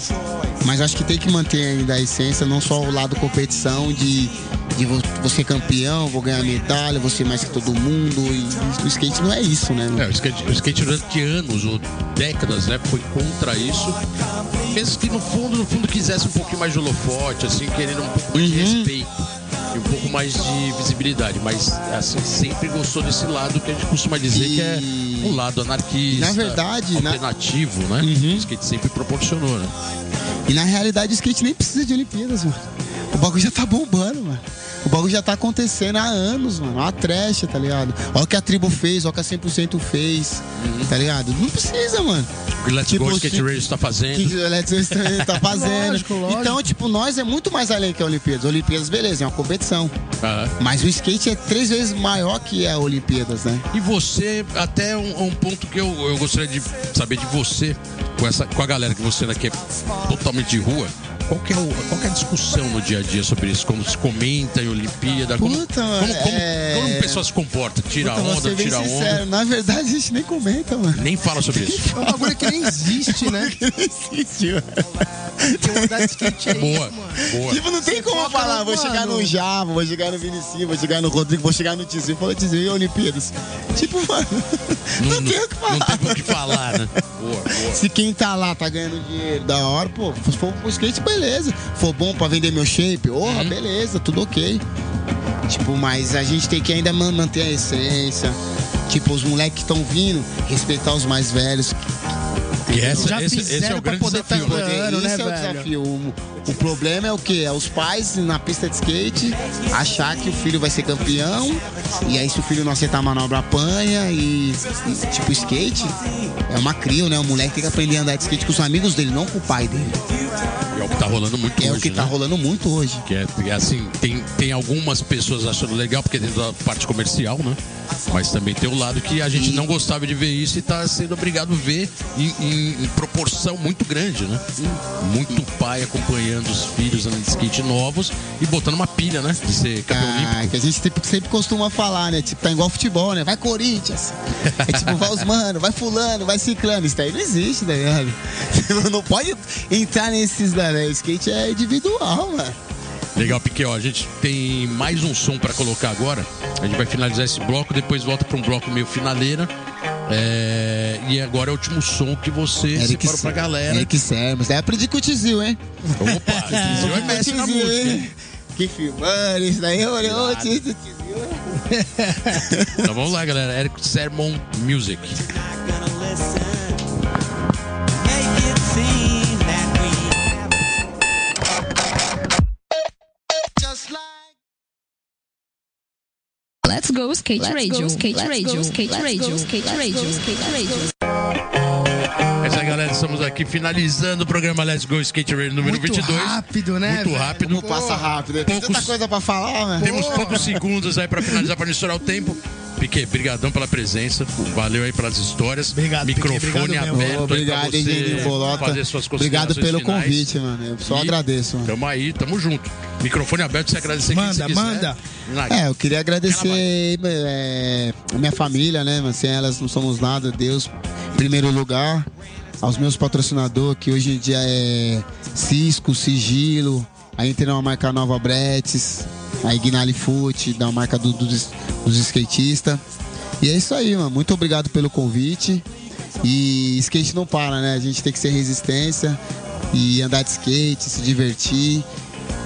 mas acho que tem que manter ainda a essência, não só o lado competição de, de vo- você campeão, vou ganhar medalha, você mais que todo mundo. E o skate não é isso, né? É, o skate, o skate durante anos ou décadas, né, foi contra isso. Mesmo que no fundo, no fundo quisesse um pouquinho mais de holofote, assim, querendo um pouco mais de Uhum. respeito e um pouco mais de visibilidade, mas assim, sempre gostou desse lado que a gente costuma dizer que é E- um lado anarquista, Na verdade, Uhum. na- alternativo, né? O skate sempre proporcionou, né? E na realidade o skate nem precisa de Olimpíadas, mano. O bagulho já tá bombando, mano. O bagulho já tá acontecendo há anos, mano. Uma trecha, tá ligado? Olha o que a tribo fez, olha o que a 100% fez, tá ligado? Não precisa, mano. O que Let's Tipo, Go Skate se- Race está fazendo. que o Eletrizante também tá fazendo. Lógico, lógico. Então, tipo, nós é muito mais além que a Olimpíadas. Olimpíadas, beleza, é uma competição. Aham. Mas o skate é três vezes maior que a Olimpíadas, né? E você, até um, um ponto que eu, eu gostaria de saber de você, com, essa, com a galera que você ainda que é totalmente de rua, qual que, é o- qual que é a discussão no dia a dia sobre isso? Como se comenta em Olimpíada? Como, Puta, como, como, é- como a pessoa se comporta? Tira Puta, Então, vou onda, ser bem tira sincero, onda. na verdade a gente nem comenta, mano. Nem fala sobre isso. É um bagulho que nem existe, né? Nem existe, mano. Porque andar de skate é Boa, isso, mano. boa. Tipo, não tem como foca, falar, vou chegar mano. no Java, vou chegar no Vinicius, vou chegar no Rodrigo, vou chegar no Tizinho, falou Tizinho e Olimpíadas. Tipo, mano, não, tem o que falar. Não tem o que falar, né? Boa, boa. Se quem tá lá tá ganhando dinheiro da hora, pô, se for pro skate, beleza. For bom pra vender meu shape, oh, beleza, tudo ok. Tipo, mas a gente tem que ainda man- manter a essência. Tipo, os moleques que estão vindo, respeitar os mais velhos. E essa, Já esse, esse é fizeram o pra grande poder desafio, tá né? Poder, Claro, né, esse é o velho? desafio. O, o problema é o quê? É os pais na pista de skate achar que o filho vai ser campeão e aí se o filho não aceitar a manobra apanha e, e, tipo skate é uma crio, né? O moleque tem que aprender a andar de skate com os amigos dele, não com o pai dele. É o que tá rolando muito É hoje, o que tá né? rolando muito hoje. Que é, que é assim, tem, tem algumas pessoas achando legal, porque é dentro da parte comercial, né? Mas também tem o lado que a gente não gostava de ver isso e tá sendo obrigado a ver em, em- em proporção muito grande, né? Muito pai acompanhando os filhos andando de skate novos e botando uma pilha, né? De ser campeão olímpico. Ah, que a gente sempre, sempre costuma falar, né? Tipo, tá igual futebol, né? Vai Corinthians. É tipo, vai os mano, vai fulano, vai ciclano. Isso daí não existe, tá ligado? Você não pode entrar nesses daí, né? O skate é individual, mano. Legal, Piquet, ó, a gente tem mais um som pra colocar agora. A gente vai finalizar esse bloco, depois volta pra um bloco meio finaleira. É, E agora é o último som que você separou pra galera. Eric Sermos. É Daí aprendi com o Tizil, hein? Ah, Opa, Tizio é mestre na Tizil, música. hein? hein? Que filmando, isso daí é eu olhei, ô Tizil, Tizil. Então vamos lá, galera. Eric Sermon Music. Make it seem that we Just like Let's go skate radio, skate radio, skate radio, skate radio, skate radio. É isso aí, galera. Estamos aqui finalizando o programa Let's Go Skate Radio número Muito 22. rápido, né, Muito velho? rápido. Como passa rápido. Tem Poucos- tanta coisa pra falar, né? Temos poucos segundos aí pra finalizar, pra não estourar o tempo. Piquet, brigadão pela presença. Valeu aí pelas histórias. Obrigado, Piquet, Microfone obrigado mesmo. aberto Obrigado, aí pra engenheiro você Bolota. fazer suas Obrigado considerações pelo finais. convite, mano. Eu só E agradeço, mano. Tamo aí, tamo junto. Microfone aberto, você agradecer quem Manda, você quiser. manda. Na- É, eu queria agradecer é, a minha família, né? mano? Sem elas não somos nada. Deus, em primeiro lugar. Aos meus patrocinadores, que hoje em dia é Cisco, Sigilo. Aí tem uma marca nova Bretes. A Ignali Foot, da marca do- dos, dos skatistas. E é isso aí, mano. Muito obrigado pelo convite. E skate não para, né? A gente tem que ser resistência e andar de skate, se divertir.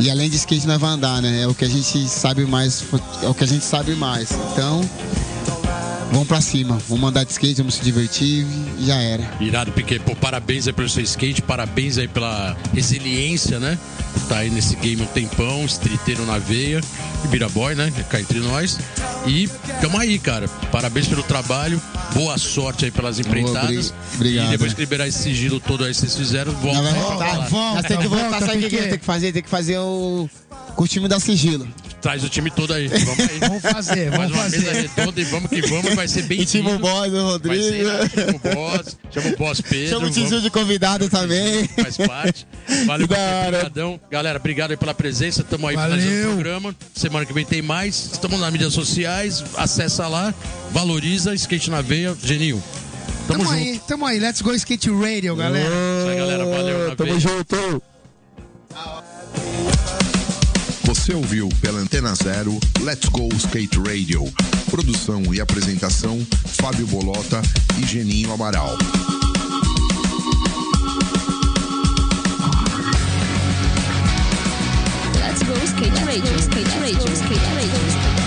E além de skate nós vamos andar, né? É o que a gente sabe mais, é o que a gente sabe mais. Então, vamos pra cima, vamos andar de skate, vamos se divertir e já era. Irado, Piquet. Pô, parabéns aí pelo seu skate, parabéns aí pela resiliência, né? Tá aí nesse game um tempão, streeteiro na veia, Ibiraboy, né? Cá entre nós. E tamo aí, cara. Parabéns pelo trabalho, boa sorte aí pelas empreitadas. obrigado. E depois que liberar esse sigilo todo aí que vocês fizeram, né? volta aí Nós vai pra voltar, falar. volta, nós tem que voltar, volta, sabe o que Piquet. tem que fazer? Tem que fazer o com o time da sigilo. Traz o time todo aí. Vamos aí. Vamos fazer, Faz vamos uma mesa fazer. redonda e vamos que vamos, vai ser bem E time o vindo. boy do Vai Rodrigo. ser irado, chama o boss, chama o boss Pedro. Chama o vamos- Tizu de convidado também. faz parte. Valeu, Da hora. obrigadão. Galera, obrigado aí pela presença. Tamo aí Valeu. finalizando o programa. Semana que vem tem mais. Estamos nas mídias sociais. Acessa lá, valoriza, skate na veia. Geninho, tamo, Tamo junto. aí, tamo aí. Let's go skate radio, galera. Isso aí, galera. Valeu, na veia. Tamo junto. Você ouviu pela Antena Zero Let's Go Skate Radio. Produção e apresentação: Fábio Bolota e Geninho Amaral. Let's go skate radio, skate radio, skate radio.